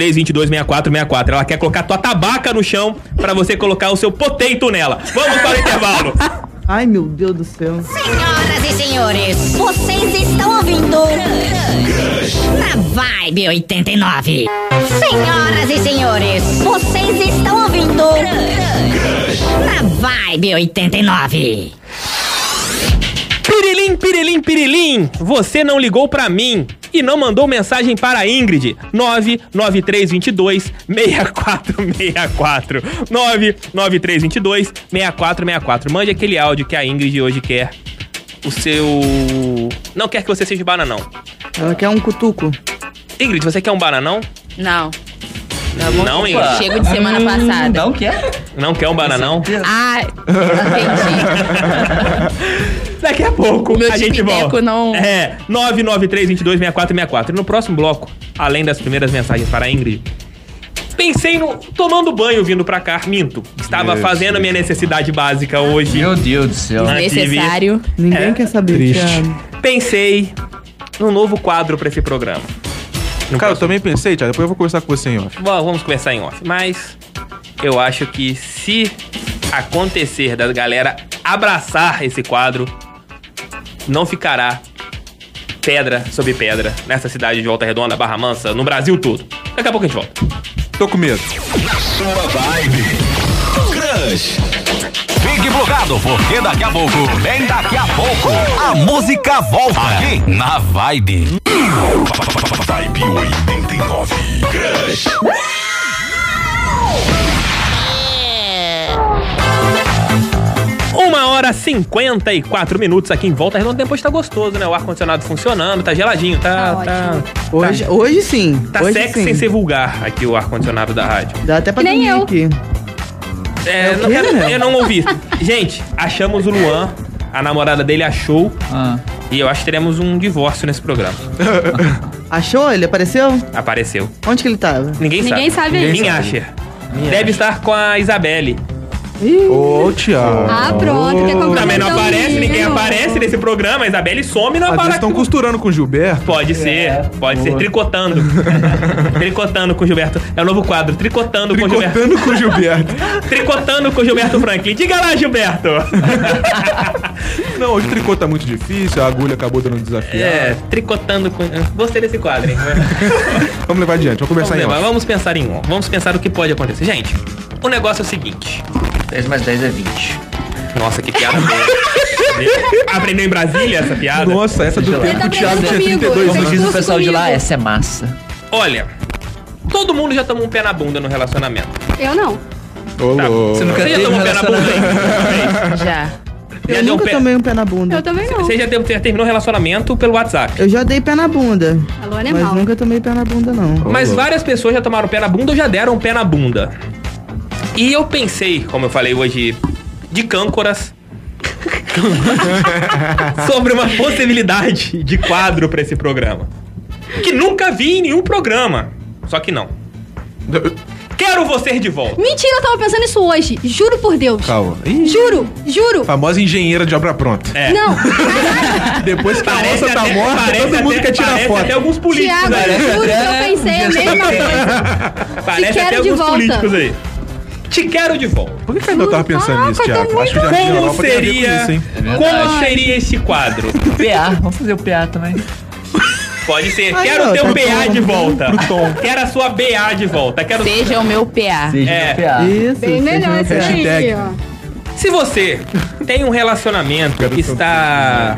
Speaker 1: 993226464. Ela quer colocar tua tabaca no chão pra você colocar o seu poteito nela. Vamos para o intervalo.
Speaker 4: Ai, meu Deus do céu.
Speaker 9: Senhoras e senhores, vocês estão ouvindo na Vibe 89. Senhoras e senhores, vocês estão ouvindo na Vibe 89.
Speaker 1: <laughs> Pirilim, pirilim, pirilim. Você não ligou pra mim e não mandou mensagem para a Ingrid. 99322 <laughs> 6464. 99322 6464. Mande aquele áudio que a Ingrid hoje quer. O seu. Não quer que você seja bananão.
Speaker 4: Ela quer um cutuco.
Speaker 1: Ingrid, você quer um bananão?
Speaker 8: Tá Não.
Speaker 1: Não, Ingrid.
Speaker 6: Opa.
Speaker 8: Chego de semana
Speaker 6: Hum,
Speaker 8: passada.
Speaker 6: Não quer?
Speaker 1: Não quer um bananão?
Speaker 4: <laughs>
Speaker 8: Ah, entendi.
Speaker 1: <laughs> Daqui a pouco
Speaker 8: Meu
Speaker 1: a gente
Speaker 8: tipeteco
Speaker 1: volta.
Speaker 8: não-
Speaker 1: É, 993226464. E no próximo bloco, além das primeiras mensagens para a Ingrid, pensei no tomando banho vindo pra cá, minto. Estava
Speaker 5: Meu
Speaker 1: fazendo a minha necessidade básica hoje.
Speaker 6: Meu Deus do céu.
Speaker 1: Não.
Speaker 8: Necessário.
Speaker 4: Ninguém
Speaker 1: É,
Speaker 4: quer saber,
Speaker 5: triste.
Speaker 4: Thiago.
Speaker 1: Pensei num novo quadro pra esse programa. No
Speaker 5: Cara, eu
Speaker 1: próximo-
Speaker 5: também pensei, Thiago. Depois eu vou conversar com você em off.
Speaker 1: Bom, vamos começar em off. Mas eu acho que se acontecer da galera abraçar esse quadro, não ficará pedra sobre pedra nessa cidade de Volta Redonda, Barra Mansa, no Brasil todo. Daqui a pouco a gente volta.
Speaker 5: Tô com medo.
Speaker 2: Sua vibe. Crush. Fique plugado, porque daqui a pouco, bem daqui a pouco, a música volta aqui na Vibe. Vibe 89. Crush.
Speaker 1: Uma horas 54 minutos aqui em volta. Redonda depois tá gostoso, né? O ar-condicionado funcionando, tá geladinho, tá.
Speaker 3: Tá
Speaker 1: Tá,
Speaker 4: Hoje,
Speaker 1: tá,
Speaker 4: hoje sim.
Speaker 1: tá
Speaker 4: hoje
Speaker 1: sexy
Speaker 4: sim.
Speaker 1: sem ser vulgar aqui o ar-condicionado da rádio.
Speaker 4: Dá até pra
Speaker 3: Que nem
Speaker 4: dormir
Speaker 3: eu.
Speaker 4: aqui.
Speaker 1: É,
Speaker 4: o
Speaker 1: não-
Speaker 4: quê,
Speaker 1: eu,
Speaker 4: Léo?
Speaker 1: eu não ouvi. Gente, achamos o Luan, a namorada dele achou,
Speaker 6: Ah,
Speaker 1: e eu acho que teremos um divórcio nesse programa.
Speaker 4: Achou? Ele apareceu?
Speaker 1: Apareceu.
Speaker 4: Onde que ele tava?
Speaker 1: Ninguém sabe.
Speaker 3: Ninguém sabe ainda.
Speaker 1: Ninguém acha. Deve estar com a Isabelle.
Speaker 5: Ô, Thiago.
Speaker 3: Ah, pronto, quer comprar
Speaker 1: Também não
Speaker 3: meu
Speaker 1: aparece, ninguém
Speaker 3: livro.
Speaker 1: aparece nesse programa. A Isabelle some e não
Speaker 5: Às vezes
Speaker 1: aparece.
Speaker 5: estão costurando com o Gilberto.
Speaker 1: Pode ser, pode ser. Tricotando. tricotando com Gilberto. É o novo quadro. Tricotando, com Gilberto.
Speaker 5: Tricotando com o Gilberto.
Speaker 1: Tricotando com Gilberto Franklin. Diga lá, Gilberto.
Speaker 5: <laughs> Não, hoje o tricô tá muito difícil, a agulha acabou dando um desafio.
Speaker 1: é, tricotando com. Gostei desse quadro, hein?
Speaker 5: Vamos levar adiante, vamos
Speaker 1: Vamos,
Speaker 5: conversar em
Speaker 1: levar,
Speaker 5: off.
Speaker 1: vamos pensar em um. Vamos pensar o que pode acontecer. Gente, o negócio é o seguinte.
Speaker 6: 10 mais 10 é 20.
Speaker 1: Nossa,
Speaker 5: <laughs>
Speaker 1: que piada boa. Aprendeu em Brasília essa piada?
Speaker 5: Nossa, essa do
Speaker 6: Você
Speaker 5: tempo
Speaker 3: tá
Speaker 5: que o Thiago tinha
Speaker 3: aprendendo comigo,
Speaker 5: 32 anos.
Speaker 3: você
Speaker 6: Como diz o
Speaker 3: curso
Speaker 6: pessoal de lá,
Speaker 3: comigo.
Speaker 6: essa é massa.
Speaker 1: Olha, todo mundo já tomou um pé na bunda no relacionamento.
Speaker 3: Eu não.
Speaker 5: Ô, louco.
Speaker 6: Você nunca
Speaker 1: Você já
Speaker 6: teve
Speaker 1: tomou um pé na bunda?
Speaker 6: relacionamento?
Speaker 1: hein?
Speaker 8: Já.
Speaker 1: Já
Speaker 4: Eu
Speaker 1: deu um
Speaker 4: nunca
Speaker 1: pé-
Speaker 4: tomei um pé na bunda.
Speaker 3: Eu também não.
Speaker 1: Você já deu- já terminou o relacionamento pelo WhatsApp.
Speaker 4: Eu já dei pé na bunda.
Speaker 3: Alô, é
Speaker 4: Mas
Speaker 3: animal.
Speaker 4: nunca tomei pé na bunda, não.
Speaker 1: Mas
Speaker 5: Uhum.
Speaker 1: várias pessoas já tomaram pé na bunda ou já deram um pé na bunda. E eu pensei, como eu falei hoje, de câncoras. <laughs> sobre uma possibilidade de quadro pra esse programa. Que nunca vi em nenhum programa. Só que não. Quero você de volta.
Speaker 3: Mentira, eu tava pensando isso hoje. Juro por Deus.
Speaker 5: Calma. Ih,
Speaker 3: Juro, juro.
Speaker 5: famosa engenheira de obra pronta.
Speaker 1: É.
Speaker 3: Não,
Speaker 5: Depois que a
Speaker 1: Parece
Speaker 5: moça tá
Speaker 1: até-
Speaker 5: morta,
Speaker 1: parece
Speaker 5: todo mundo
Speaker 1: até-
Speaker 5: quer tirar
Speaker 1: parece
Speaker 5: foto.
Speaker 1: Até alguns políticos
Speaker 3: Tiago,
Speaker 1: aí.
Speaker 3: juro que eu pensei a mesma coisa.
Speaker 1: Parece
Speaker 3: quero
Speaker 1: até
Speaker 3: de
Speaker 1: alguns
Speaker 3: volta.
Speaker 1: políticos aí. Te quero de volta.
Speaker 5: Por que que ainda eu tava pensando
Speaker 3: Caraca,
Speaker 5: nisso,
Speaker 3: tá
Speaker 5: Thiago? Acho que já tinha
Speaker 1: Como
Speaker 5: Europa tem a ver com
Speaker 1: seria,
Speaker 5: isso, hein?
Speaker 1: como seria esse quadro?
Speaker 6: PA, vamos fazer o PA também.
Speaker 1: Pode ser.
Speaker 4: Aí,
Speaker 1: Quero
Speaker 4: ó,
Speaker 1: o teu
Speaker 4: tá
Speaker 1: BA
Speaker 4: bom,
Speaker 1: de
Speaker 4: pro
Speaker 1: volta.
Speaker 5: tom.
Speaker 1: Quero a sua BA de volta. Quero.
Speaker 8: Seja o meu PA.
Speaker 1: É.
Speaker 6: PA.
Speaker 4: Isso.
Speaker 3: Bem melhor isso
Speaker 5: Hashtag.
Speaker 3: aí, ó.
Speaker 1: Se você tem um relacionamento que está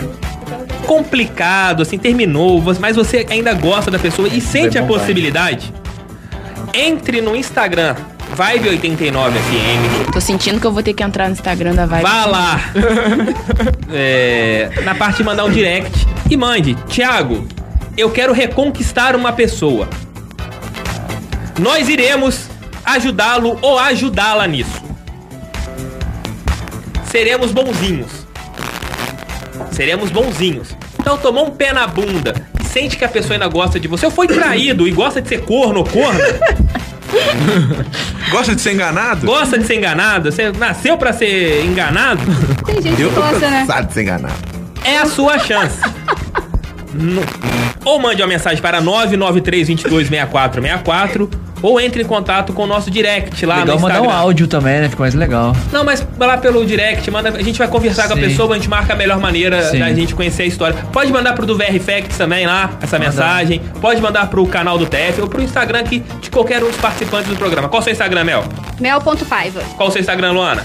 Speaker 1: complicado, assim, terminou, vo- mas você ainda gosta da pessoa
Speaker 4: É,
Speaker 1: e sente a possibilidade, entre no Instagram, vibe89fm,
Speaker 8: Tô sentindo que eu vou ter que entrar no Instagram da Vibe.
Speaker 1: vá lá é, na parte de mandar um direct e mande, Thiago, eu quero reconquistar uma pessoa. Nós iremos ajudá-lo ou ajudá-la nisso. Seremos bonzinhos. Seremos bonzinhos. Então tomou um pé na bunda e sente que a pessoa ainda gosta de você ou foi traído e gosta de ser corno ou corna,
Speaker 5: Gosta de ser enganado?
Speaker 1: gosta de ser enganado, você nasceu pra ser enganado,
Speaker 3: Tem gente que gosta, né?
Speaker 5: Sabe de ser enganado.
Speaker 1: é a sua chance. N- ou mande uma mensagem para 993226464 ou entre em contato com o nosso direct lá
Speaker 6: Legal
Speaker 1: no
Speaker 6: mandar
Speaker 1: Instagram.
Speaker 6: um áudio também, né? Fica mais legal.
Speaker 1: Não, mas vai lá pelo direct, manda, a gente vai conversar com a
Speaker 6: Sim.
Speaker 1: pessoa, a gente marca a melhor maneira
Speaker 6: Sim.
Speaker 1: da gente conhecer a história. Pode mandar pro do VR Facts também lá, essa mensagem. Pode mandar pro canal do TF ou pro Instagram aqui de qualquer um dos participantes do programa. Qual o seu Instagram, Mel?
Speaker 3: Mel.paiva.
Speaker 1: Qual o seu Instagram, Luana?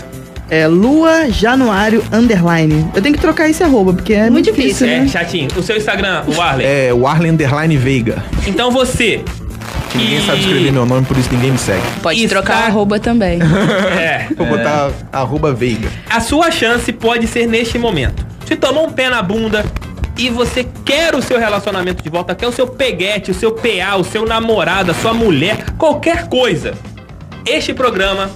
Speaker 4: É Lua Januário Underline. Eu tenho que trocar esse arroba, porque é
Speaker 3: Muito
Speaker 4: muito difícil,
Speaker 1: É,
Speaker 4: né?
Speaker 1: chatinho. O seu Instagram, o Arley.
Speaker 5: É o Arlen Underline Veiga.
Speaker 1: Então você.
Speaker 5: Que ninguém
Speaker 1: que-
Speaker 5: sabe escrever meu nome, por isso ninguém me segue.
Speaker 8: Pode
Speaker 1: Está-
Speaker 8: trocar o arroba também.
Speaker 1: <laughs> É.
Speaker 5: Vou botar arroba Veiga.
Speaker 1: A sua chance pode ser neste momento. Se tomou um pé na bunda e você quer o seu relacionamento de volta, quer o seu peguete, o seu PA, o seu namorado, a sua mulher, qualquer coisa, este programa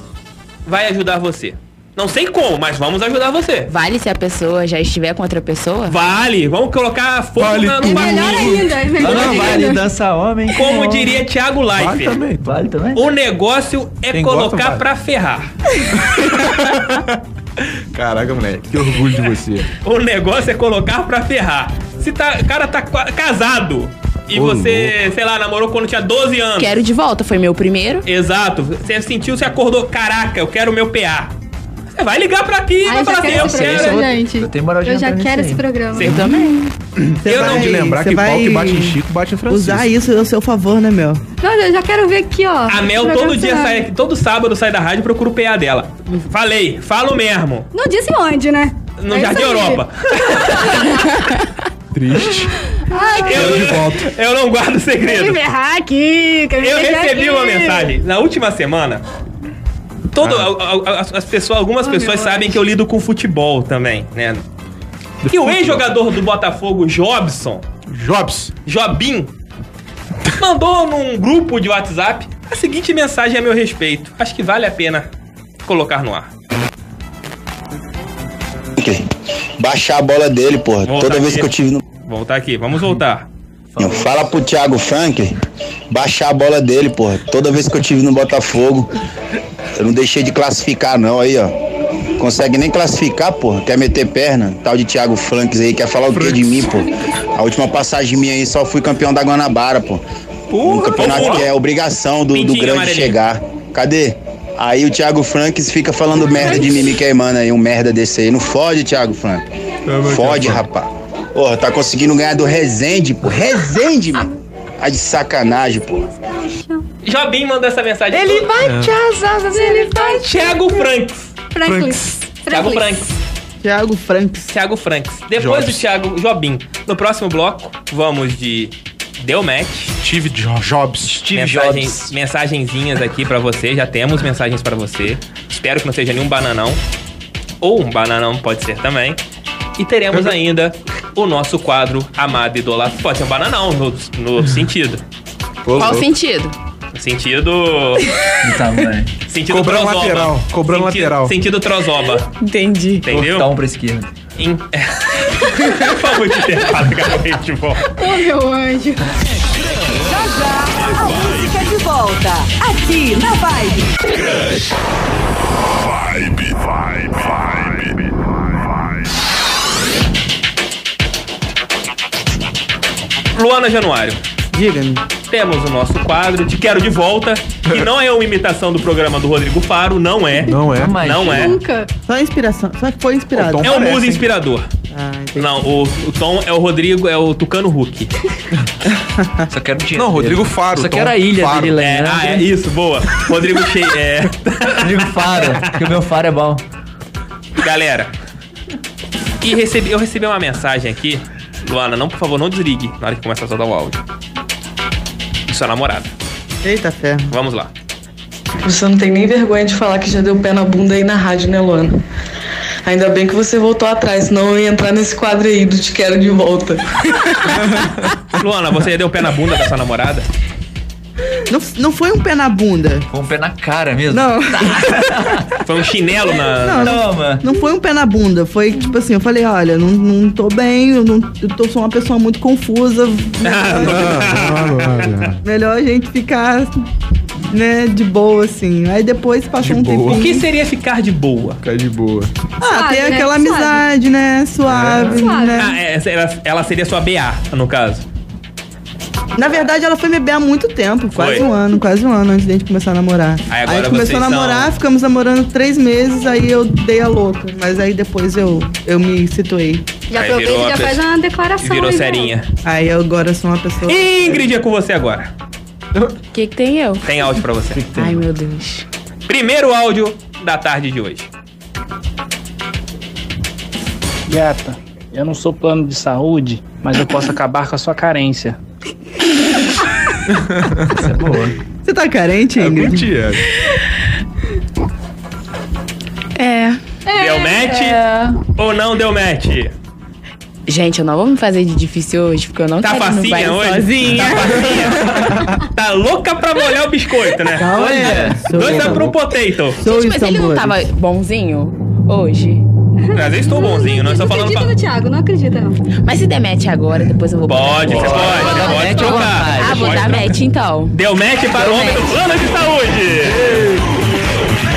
Speaker 1: vai ajudar você. Não sei como, mas vamos ajudar você.
Speaker 8: <laughs> Vale se a pessoa já estiver com outra pessoa?
Speaker 1: Vale, vamos colocar fogo
Speaker 5: Vale
Speaker 1: na, no
Speaker 5: tudo.
Speaker 3: Melhor
Speaker 1: barulho.
Speaker 3: ainda, é melhor ainda.
Speaker 6: dança homem.
Speaker 1: Como diria Thiago
Speaker 5: Vale
Speaker 1: Leifert,
Speaker 5: também.
Speaker 6: Vale também?
Speaker 1: o negócio é
Speaker 5: Quem gosta,
Speaker 1: colocar
Speaker 5: vale.
Speaker 1: pra ferrar.
Speaker 5: Caraca, moleque, que orgulho de você.
Speaker 1: O negócio é colocar pra ferrar. Se tá, o cara tá qua- casado e
Speaker 5: Ô,
Speaker 1: você, sei lá, namorou quando tinha 12 anos.
Speaker 8: Quero de volta, foi meu primeiro.
Speaker 1: Exato. Você sentiu, você acordou, caraca, eu quero o meu PA. Você vai ligar pra aqui e
Speaker 3: Ai,
Speaker 1: vai
Speaker 3: Ah, eu já
Speaker 1: falar assim,
Speaker 3: quero
Speaker 1: eu
Speaker 3: esse programa,
Speaker 1: quero.
Speaker 3: gente.
Speaker 6: eu tenho moral de
Speaker 3: Eu já
Speaker 6: entrar nisso
Speaker 3: quero
Speaker 6: aí.
Speaker 3: esse programa.
Speaker 1: Você-
Speaker 8: Também.
Speaker 4: Você
Speaker 5: É. Eu não
Speaker 4: vai-
Speaker 5: tá de lembrar
Speaker 4: você
Speaker 5: que
Speaker 4: vai
Speaker 5: pau que bate em Chico, bate em Francisco.
Speaker 4: Usar isso ao seu favor, né, meu?
Speaker 3: Não, eu já quero ver aqui, ó.
Speaker 1: A Ah,
Speaker 3: Esse
Speaker 1: Mel todo
Speaker 3: programa tá
Speaker 1: dia
Speaker 3: será.
Speaker 1: sai aqui, todo sábado sai da rádio e procura o PA dela. Falei, falo mesmo.
Speaker 3: Não disse onde, né?
Speaker 1: No
Speaker 3: É
Speaker 1: Jardim
Speaker 3: isso aí.
Speaker 1: Europa.
Speaker 5: Triste.
Speaker 3: É
Speaker 5: de volta.
Speaker 1: Eu, eu não guardo
Speaker 3: Quer me
Speaker 1: segredo.
Speaker 3: ferrar aqui, quer me
Speaker 1: Eu
Speaker 3: ferrar
Speaker 1: recebi
Speaker 3: aqui.
Speaker 1: uma mensagem na última semana Todo,
Speaker 10: Ah.
Speaker 1: a- a- a- as pessoas, algumas pessoas sabem que eu lido com futebol também, né? E o ex-jogador do Botafogo, Jobson,
Speaker 5: Jobs.
Speaker 1: Jobim, mandou num grupo de WhatsApp a seguinte mensagem a meu respeito. Acho que vale a pena colocar no ar.
Speaker 10: Baixar a bola dele, porra.
Speaker 1: Volta
Speaker 10: Toda vez
Speaker 1: aqui.
Speaker 10: que eu tive no. Uhum.
Speaker 1: Voltar aqui, vamos voltar.
Speaker 10: Não, fala pro Thiago Franklin baixar a bola dele, porra. Toda vez que eu tive no Botafogo, eu não deixei de classificar, não. Aí, ó. Consegue nem classificar, porra. Quer meter perna? Tal de Thiago Franks aí, quer falar o quê de mim, pô? A última passagem minha aí só fui campeão da Guanabara, pô. Um campeonato que é obrigação do, do
Speaker 1: Pintinho
Speaker 10: grande
Speaker 1: amarelinho.
Speaker 10: chegar. Cadê? Aí o Thiago Franks fica falando merda de mim, me queimando aí, um merda desse aí. Não fode, Thiago Frank. Fode, rapá. Porra, tá conseguindo ganhar do Rezende, pô. Rezende, mano. Tá de sacanagem, pô.
Speaker 1: Jobim mandou essa mensagem. Ele
Speaker 3: vai te
Speaker 4: É.
Speaker 3: asas, ele vai te...
Speaker 1: Thiago Franks.
Speaker 3: Franklins.
Speaker 1: Thiago
Speaker 3: Franklins.
Speaker 1: Franks.
Speaker 4: Thiago Franks.
Speaker 1: Thiago Franks. Depois do Thiago Jobim. No próximo bloco, vamos de Deu Match.
Speaker 5: Steve Jo- Jobs.
Speaker 6: Steve
Speaker 1: Mensagem-
Speaker 6: Jobs.
Speaker 1: Mensagenzinhas aqui pra você. Já temos mensagens pra você. Espero que não seja nenhum bananão. Ou um bananão, pode ser também. E teremos ainda o nosso quadro Amado Idolato. Pode ser um bananão, no, no outro sentido.
Speaker 8: Qual
Speaker 5: assim.
Speaker 8: o sentido?
Speaker 1: No sentido.
Speaker 6: Do tamanho.
Speaker 1: Sentido
Speaker 5: Cobrando
Speaker 1: trozoba.
Speaker 5: lateral, cobrando
Speaker 1: Sentido-
Speaker 5: lateral.
Speaker 1: Sentido trozoba.
Speaker 8: Entendi.
Speaker 1: Entendeu?
Speaker 6: Cortar um pra esquerda.
Speaker 1: Em... <laughs> Vamos de teclado, galera, de volta.
Speaker 3: Oh, meu anjo.
Speaker 11: A música de volta, aqui na Vibe.
Speaker 2: Vibe, vibe, vibe, vibe.
Speaker 1: Luana Januário,
Speaker 4: Diga-me.
Speaker 1: temos o nosso quadro Te Quero de Volta, que não é uma imitação do programa do Rodrigo Faro, não é.
Speaker 5: Não é.
Speaker 6: Mas-
Speaker 1: Não é.
Speaker 3: Nunca.
Speaker 4: Só inspiração. Só que foi inspirado.
Speaker 5: Ô,
Speaker 1: É
Speaker 5: Tom.
Speaker 1: um
Speaker 5: Parece,
Speaker 1: muso
Speaker 5: hein?
Speaker 1: inspirador.
Speaker 4: Ah, entendi.
Speaker 1: Não, o, o Tom é o Rodrigo, é o Tucano Hulk.
Speaker 6: Só quero dinheiro.
Speaker 5: Não, Rodrigo
Speaker 6: dele.
Speaker 5: Faro.
Speaker 6: Só
Speaker 5: Tom
Speaker 6: quero a ilha
Speaker 5: Faro.
Speaker 6: dele, né?
Speaker 1: É,
Speaker 6: Leandro.
Speaker 1: ah, é isso, boa. Rodrigo Cheio. É.
Speaker 6: <laughs>
Speaker 1: <laughs>
Speaker 6: Rodrigo Faro, porque o meu Faro é bom.
Speaker 1: Galera. E recebi, eu recebi uma mensagem aqui. Luana, não, por favor, não desligue na hora que começar a soltar o áudio. é De Sua namorada.
Speaker 4: Eita ferro.
Speaker 1: Vamos lá.
Speaker 11: Você não tem nem vergonha de falar que já deu pé na bunda aí na rádio, né, Luana? Ainda bem que você voltou atrás, senão eu ia entrar nesse quadro aí do Te Quero de Volta.
Speaker 1: <laughs> Luana, você já deu o pé na bunda da sua namorada?
Speaker 4: Não, não foi um pé na bunda.
Speaker 6: Com o pé na cara mesmo.
Speaker 4: Não.
Speaker 1: Foi um chinelo na.
Speaker 4: Não, não.
Speaker 6: Toma.
Speaker 4: <laughs> Não foi um pé na bunda, foi tipo assim, eu falei, olha, não, não tô bem, eu, não, eu tô, sou uma pessoa muito
Speaker 5: <laughs>
Speaker 4: confusa.
Speaker 5: Ah,
Speaker 4: Melhor a gente ficar, né, de boa, assim. Aí depois passou um
Speaker 5: boa.
Speaker 1: O que
Speaker 4: tempinho.
Speaker 1: seria ficar de boa?
Speaker 5: Fica de boa.
Speaker 4: Ah,
Speaker 3: Suave,
Speaker 4: tem
Speaker 3: né?
Speaker 4: aquela
Speaker 3: Suave.
Speaker 4: amizade, né? Suave,
Speaker 3: Suave.
Speaker 4: né?
Speaker 1: Ah, é, ela, ela seria sua BA, no caso.
Speaker 4: Na verdade, ela foi me beber há muito tempo, quase
Speaker 1: Foi.
Speaker 4: um ano, quase um ano antes da gente começar a namorar.
Speaker 1: Aí agora
Speaker 4: a gente começou a
Speaker 1: vocês
Speaker 4: namorar,
Speaker 1: são-
Speaker 4: ficamos namorando três meses, aí eu dei a louca. Mas aí depois eu, eu me situei.
Speaker 3: Já
Speaker 1: Aí
Speaker 3: aproveita
Speaker 1: virou
Speaker 3: e
Speaker 1: a
Speaker 3: já
Speaker 1: pessoa-
Speaker 3: faz uma declaração.
Speaker 1: Virou
Speaker 3: aí, né?
Speaker 1: serinha.
Speaker 4: Aí eu agora sou uma pessoa.
Speaker 1: Ingrid, é com você agora.
Speaker 8: O que, que tem eu?
Speaker 1: Tem áudio pra você.
Speaker 8: Ai, meu Deus.
Speaker 1: Primeiro áudio da tarde de hoje.
Speaker 12: Gata, eu não sou plano de saúde, mas eu posso acabar com a sua carência.
Speaker 4: Você tá carente,
Speaker 5: É
Speaker 4: Ingrid?
Speaker 5: mentira.
Speaker 8: É.
Speaker 1: deu match ou não deu match?
Speaker 8: Gente, eu não vou me fazer de difícil hoje, porque eu não
Speaker 1: Tá
Speaker 8: quero ir no
Speaker 1: facinha
Speaker 8: baile
Speaker 1: hoje?
Speaker 8: sozinha.
Speaker 1: Tá facinha? tá louca pra molhar o biscoito, né?
Speaker 4: Olha, sou
Speaker 1: Dois é
Speaker 4: eu.
Speaker 1: pro potato.
Speaker 4: Sou
Speaker 8: Gente, mas ele não
Speaker 4: Istambul.
Speaker 8: tava bonzinho hoje?
Speaker 1: Às vezes tô bonzinho, nós só falando
Speaker 3: Hum, acredita
Speaker 1: pra...
Speaker 3: no Thiago, não acredita
Speaker 1: <laughs>
Speaker 3: não.
Speaker 8: Mas se der match agora, depois eu vou...
Speaker 1: Pode, você pode,
Speaker 6: Vou dar
Speaker 1: pode
Speaker 6: match à
Speaker 1: trocar.
Speaker 6: vontade.
Speaker 8: Ah, vou
Speaker 1: Pode
Speaker 8: dar
Speaker 1: trocar.
Speaker 8: match então.
Speaker 1: Deu match para o homem do plano de saúde.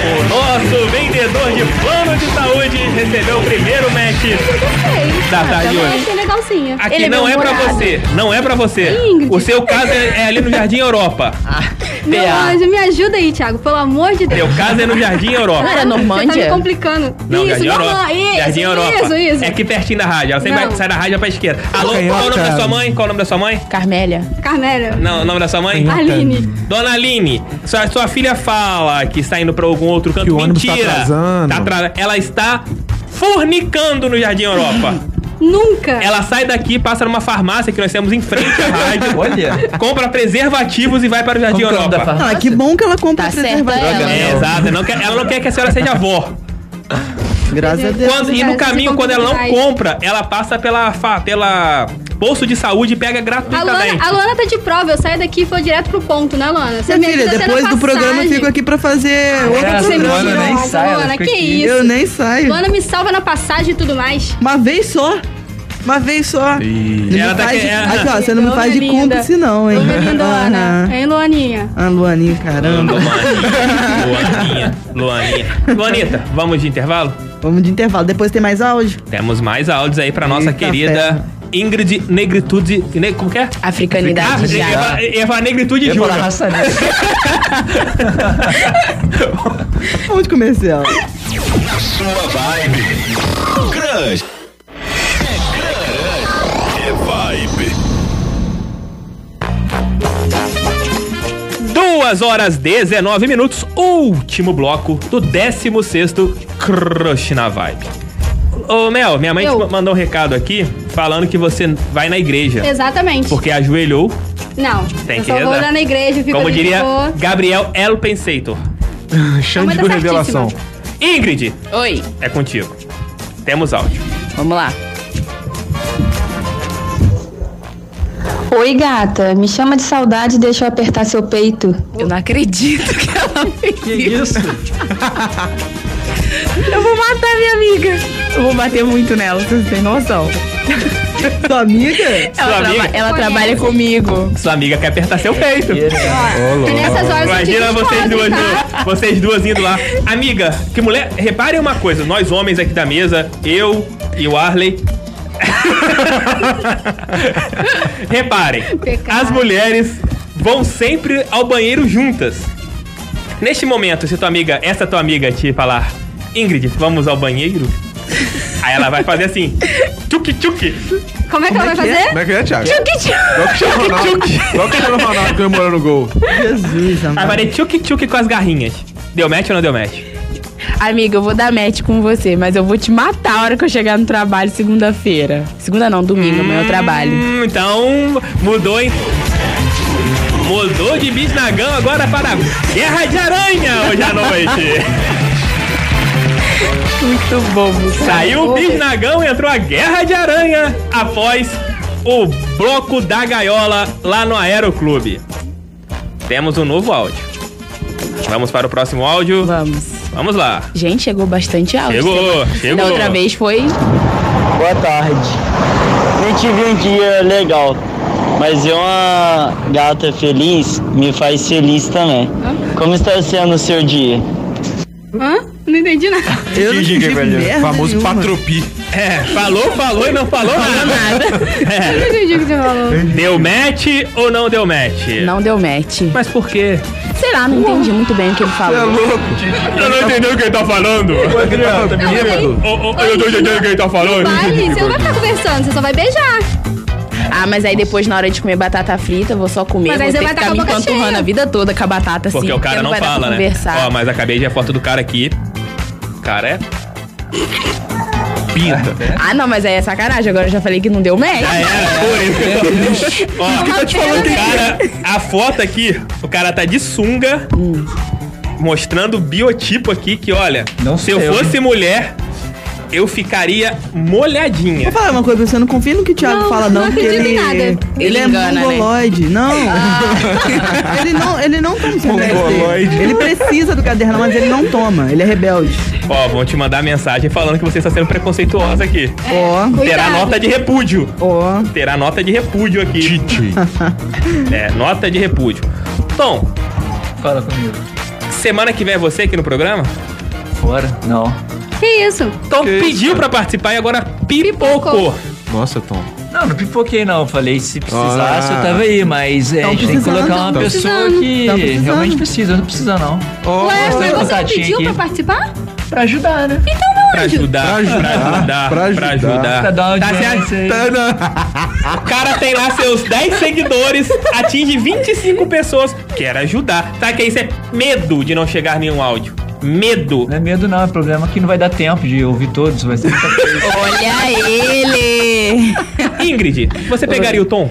Speaker 1: O nosso vendedor de plano de saúde recebeu o primeiro match da tarde
Speaker 3: Eu
Speaker 1: hoje.
Speaker 3: achei legalzinha.
Speaker 1: Tá, Aqui
Speaker 8: Ele é
Speaker 1: não é pra
Speaker 8: namorado.
Speaker 1: você, não é pra você.
Speaker 3: Ingrid.
Speaker 1: O seu caso é, é ali no Jardim Europa.
Speaker 8: Ah.
Speaker 3: Meu anjo, me ajuda aí, Thiago, pelo amor de
Speaker 1: Seu
Speaker 3: Deus.
Speaker 1: caso é
Speaker 3: <laughs>
Speaker 1: no Jardim
Speaker 8: Não
Speaker 1: Europa.
Speaker 8: era
Speaker 3: Você tá me
Speaker 8: Normândia?
Speaker 3: complicando.
Speaker 1: Não,
Speaker 3: isso,
Speaker 1: Jardim Europa.
Speaker 3: Norma- isso,
Speaker 1: Jardim Europa.
Speaker 3: Isso, isso.
Speaker 1: É aqui pertinho da rádio. Ela sempre
Speaker 3: Não.
Speaker 1: vai, sai da rádio e vai pra esquerda. Alô, qual o nome da
Speaker 12: Canhoca.
Speaker 1: sua mãe? Qual o nome da sua mãe?
Speaker 8: Carmélia.
Speaker 3: Carmélia.
Speaker 1: Não, o nome da sua mãe?
Speaker 3: Aline.
Speaker 1: Dona Aline, sua, sua filha fala que está indo para algum outro canto.
Speaker 5: Que o ônibus tá
Speaker 1: Mentira!
Speaker 5: atrasando.
Speaker 3: <laughs>
Speaker 1: Tá atra- Ela está fornicando no Jardim Europa.
Speaker 3: Nunca.
Speaker 1: Ela sai daqui, passa numa farmácia que nós temos
Speaker 5: <laughs>
Speaker 1: em frente à rádio.
Speaker 6: Olha.
Speaker 1: Compra preservativos e vai para o Jardim
Speaker 4: Como que é o nome da
Speaker 1: Europa.
Speaker 4: farmácia? Ah, que bom que ela compra Tá certa preservativo.
Speaker 5: né?
Speaker 4: ela.
Speaker 1: É, exato. Não quer- ela não quer que a senhora seja avó.
Speaker 4: Graças a Deus.
Speaker 1: Quando- e no caminho, quando ela não compra, ela passa pela, fa- pela posto de saúde e pega
Speaker 3: A
Speaker 1: gratuitamente.
Speaker 3: Luana, a Luana tá de prova, eu saio daqui e vou direto pro ponto, né, Luana? Você
Speaker 4: Minha
Speaker 3: me
Speaker 4: filha,
Speaker 3: ajuda até na
Speaker 4: depois do programa eu
Speaker 3: passagem. Ah,
Speaker 4: fico aqui pra fazer outro
Speaker 3: Você me
Speaker 4: programa. né?
Speaker 3: ajuda, Luana, que né? isso?
Speaker 4: Eu nem saio.
Speaker 3: Luana me salva na passagem e tudo mais.
Speaker 4: Uma vez só. Uma vez só. Não me
Speaker 1: Ela tá
Speaker 4: faz de-
Speaker 1: querendo-
Speaker 4: Aqui, ó, você não me
Speaker 3: Ô,
Speaker 4: faz de
Speaker 3: minha
Speaker 4: cúmplice
Speaker 3: linda.
Speaker 4: não, hein?
Speaker 3: Ô, minha
Speaker 4: <laughs>
Speaker 3: linda,
Speaker 4: Aham.
Speaker 3: Luana. Hein, Luaninha?
Speaker 4: Ah, Luaninha,
Speaker 3: <laughs>
Speaker 4: caramba.
Speaker 1: Luaninha, Luaninha. Luanita, vamos de intervalo?
Speaker 4: Vamos de intervalo. Depois tem mais áudio.
Speaker 1: Temos mais áudios aí pra nossa
Speaker 4: Eita
Speaker 1: querida Ingrid Negritude. Ne, como que é?
Speaker 8: Africanidade
Speaker 1: Ah,
Speaker 8: já.
Speaker 1: eu ia falar- Eu ia falar Negritude
Speaker 6: Eu ia falar
Speaker 1: Júnior.
Speaker 6: raça
Speaker 4: Onde comercial?
Speaker 2: Sua vibe. Crush. É vibe.
Speaker 1: Duas horas 19 minutos, último bloco do 16 Crush na Vibe. Ô Mel, minha mãe te mandou um recado aqui falando que você vai na igreja.
Speaker 3: Exatamente.
Speaker 1: Porque ajoelhou,
Speaker 3: Não,
Speaker 1: Tem
Speaker 3: eu
Speaker 1: que
Speaker 3: só vou
Speaker 1: rezar.
Speaker 3: lá na igreja, fico
Speaker 1: como
Speaker 3: ali de
Speaker 1: diria
Speaker 3: boa.
Speaker 1: Gabriel El Pensator.
Speaker 5: Chão
Speaker 3: Mas
Speaker 5: de
Speaker 3: tá certíssima.
Speaker 5: revelação.
Speaker 1: Ingrid,
Speaker 8: Oi,
Speaker 1: é contigo. Temos áudio.
Speaker 8: vamos lá.
Speaker 13: Oi, gata. Me chama de saudade e deixa eu apertar seu peito.
Speaker 8: Eu não acredito que ela fez isso. eu vou matar minha amiga. Eu vou bater muito nela, vocês não têm noção.
Speaker 4: Sua
Speaker 3: <laughs>
Speaker 4: amiga?
Speaker 8: Ela,
Speaker 1: Sua
Speaker 8: traba-
Speaker 1: amiga?
Speaker 8: ela trabalha comigo.
Speaker 1: Sua amiga quer apertar seu peito.
Speaker 6: é,
Speaker 3: louco. nessas horas eu te
Speaker 1: Imagina vocês
Speaker 3: respondo,
Speaker 1: duas,
Speaker 3: tá?
Speaker 1: indo- vocês duas indo lá. Amiga, que mulher. Reparem uma coisa, nós homens aqui da mesa, eu e o Arley. <laughs> Reparem,
Speaker 3: Pecado.
Speaker 1: as mulheres vão sempre ao banheiro juntas. Neste momento, se tua amiga, essa tua amiga te falar, Ingrid, vamos ao banheiro? Aí ela vai fazer assim, tchuc tchuc.
Speaker 3: Como é que ela vai fazer?
Speaker 5: Como é que é, Thiago?
Speaker 3: Tchuc, tchuc.
Speaker 5: Igual o Cristiano Ronaldo. Igual o Cristiano Ronaldo comemorando o
Speaker 3: <laughs>
Speaker 5: gol.
Speaker 4: Jesus,
Speaker 1: Aí
Speaker 4: amado.
Speaker 1: vai de tchuc tchuc com as garrinhas. Deu match ou não deu match?
Speaker 8: Amiga, eu vou dar match com você, mas eu vou te matar a hora que eu chegar no trabalho segunda-feira. Segunda não, domingo, amanhã eu trabalho.
Speaker 1: Hum, então mudou, hein? Mudou de bisnagão agora para Guerra de Aranha hoje à <laughs> noite.
Speaker 8: Muito bom, você.
Speaker 1: Saiu o bisnagão, entrou a Guerra de Aranha após o bloco da gaiola lá no Aeroclube. Temos um novo áudio. Vamos para o próximo áudio.
Speaker 8: Vamos.
Speaker 1: Vamos lá.
Speaker 8: Gente, chegou bastante áudio. tá
Speaker 1: Chegou,
Speaker 8: Da
Speaker 1: chegou.
Speaker 8: outra vez foi.
Speaker 14: Boa tarde. Nem tive um dia legal, mas eu, uma gata é feliz, me faz feliz também. Como está sendo o seu dia?
Speaker 3: Hã? Não entendi nada.
Speaker 4: Eu não entendi merda
Speaker 5: Famoso
Speaker 4: nenhuma.
Speaker 5: patropi.
Speaker 1: É, falou, falou e não falou nada.
Speaker 3: Eu não entendi o que você falou.
Speaker 1: Deu match ou não deu match?
Speaker 8: Não deu match.
Speaker 1: Mas por quê?
Speaker 8: Será? Não entendi muito bem o que ele falou.
Speaker 1: Eu não entendi o que ele tá falando.
Speaker 5: Bêbado.
Speaker 1: Ô, ô, eu tô entendendo o que ele tá falando.
Speaker 3: Vale, você não vai ficar conversando, você só vai beijar.
Speaker 8: Ah, mas aí depois, na hora de comer batata frita, eu vou só comer.
Speaker 3: Mas
Speaker 8: vou
Speaker 3: aí você
Speaker 8: ter
Speaker 3: vai
Speaker 8: que
Speaker 3: tá
Speaker 8: ficar
Speaker 3: com a
Speaker 8: me
Speaker 3: boca
Speaker 8: empanturrando
Speaker 3: cheia.
Speaker 8: a vida toda com a batata assim.
Speaker 1: Porque o cara não
Speaker 8: vai dar pra
Speaker 1: fala, né?
Speaker 8: conversar.
Speaker 1: Ó, mas acabei de ver a foto do cara aqui. Cara, é. Pinta.
Speaker 8: <laughs> Ah, não, mas aí é sacanagem. Agora eu já falei que não deu match.
Speaker 1: Ah, é, por isso que eu tô- Ó,
Speaker 8: que eu tô te falando que-
Speaker 1: cara, a foto aqui, o cara tá de sunga, mostrando o biotipo aqui que, olha,
Speaker 6: Não
Speaker 1: se eu
Speaker 6: sei,
Speaker 1: fosse mulher, eu ficaria molhadinha.
Speaker 4: Vou falar uma coisa, você não confia no que o Thiago
Speaker 3: Não,
Speaker 4: fala, não,
Speaker 3: não
Speaker 4: porque
Speaker 3: acredito
Speaker 4: ele.
Speaker 3: em nada.
Speaker 4: Ele,
Speaker 8: Ele
Speaker 4: é
Speaker 8: engana, né?
Speaker 4: mongoloide. Não. <laughs> ele não. Ele não toma esse remédio dele.
Speaker 5: Mongoloide.
Speaker 4: Ele precisa do caderno, mas ele não toma. Ele é rebelde.
Speaker 1: Ó, vão te mandar mensagem falando que você está sendo preconceituosa aqui.
Speaker 4: Ó,
Speaker 1: Terá
Speaker 3: Cuidado.
Speaker 1: nota de repúdio.
Speaker 4: ó.
Speaker 1: Terá nota de repúdio aqui.
Speaker 5: Titi.
Speaker 1: É, nota de repúdio. Tom,
Speaker 6: Fala comigo.
Speaker 1: semana que vem é você aqui no programa?
Speaker 6: Fora? Não.
Speaker 3: Que isso?
Speaker 1: Tom
Speaker 5: Que
Speaker 1: pediu pra participar e agora pipocou.
Speaker 5: Nossa, Tom.
Speaker 6: Não, não pipoquei não. Falei, se precisasse,
Speaker 5: Ah.
Speaker 6: eu tava aí, mas é, a gente tem que
Speaker 4: precisando,
Speaker 6: colocar uma
Speaker 4: tão
Speaker 6: pessoa
Speaker 3: precisando.
Speaker 6: que
Speaker 4: Tão precisando.
Speaker 6: realmente precisa, não precisa não.
Speaker 5: Ó,
Speaker 3: Ué,
Speaker 6: Nossa,
Speaker 3: mas você não
Speaker 6: contatinho
Speaker 3: pediu
Speaker 6: aqui.
Speaker 3: pra participar?
Speaker 6: Pra ajudar, né?
Speaker 3: Então não
Speaker 1: Pra ajudar, pra ajudar, pra ajudar.
Speaker 6: Pra dar uma
Speaker 1: Tá
Speaker 6: audiência aí.
Speaker 5: tá na-
Speaker 1: O cara tem lá seus 10 seguidores, É atinge 25 pessoas, quer ajudar. Sabe que isso é medo de não chegar nenhum áudio. Medo.
Speaker 6: Não é medo, não. É problema que não vai dar tempo de ouvir todos. Vai ser muita coisa.
Speaker 8: Olha ele!
Speaker 1: Ingrid, você pegaria o tom?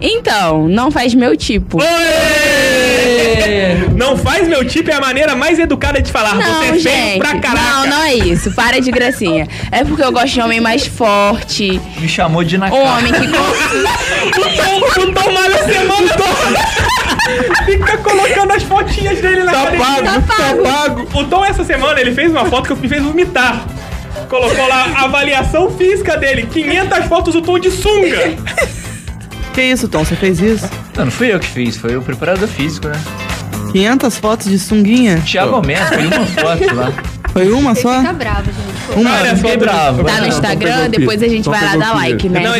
Speaker 8: Então, não faz meu tipo.
Speaker 1: Não faz meu tipo é a maneira mais educada de falar.
Speaker 8: Não,
Speaker 1: você é feio
Speaker 8: gente.
Speaker 1: pra caraca.
Speaker 8: Não, não é isso. Para de gracinha. É porque eu gosto de homem mais forte.
Speaker 6: <laughs>
Speaker 1: É
Speaker 6: Me chamou de na
Speaker 8: Homem que gosta.
Speaker 1: o Tom malha a semana Fica colocando as fotinhas dele na
Speaker 8: Tá
Speaker 1: parede.
Speaker 8: pago, Tá pago.
Speaker 1: O Tom, essa semana, ele fez uma foto que me fez vomitar. Colocou lá a avaliação física dele. 500 fotos do Tom de sunga.
Speaker 4: Que isso, Tom? Você fez isso?
Speaker 6: Não, não fui eu que fiz. Foi o preparador físico, né?
Speaker 4: 500 fotos de sunguinha?
Speaker 6: Thiago Almeida, foi uma foto lá.
Speaker 4: Foi uma só?
Speaker 3: Fica bravo, Tá gente.
Speaker 4: Uma
Speaker 6: Olha, fiquei bravo.
Speaker 8: Tá no Instagram, depois a gente vai lá dar like, né?
Speaker 6: Não,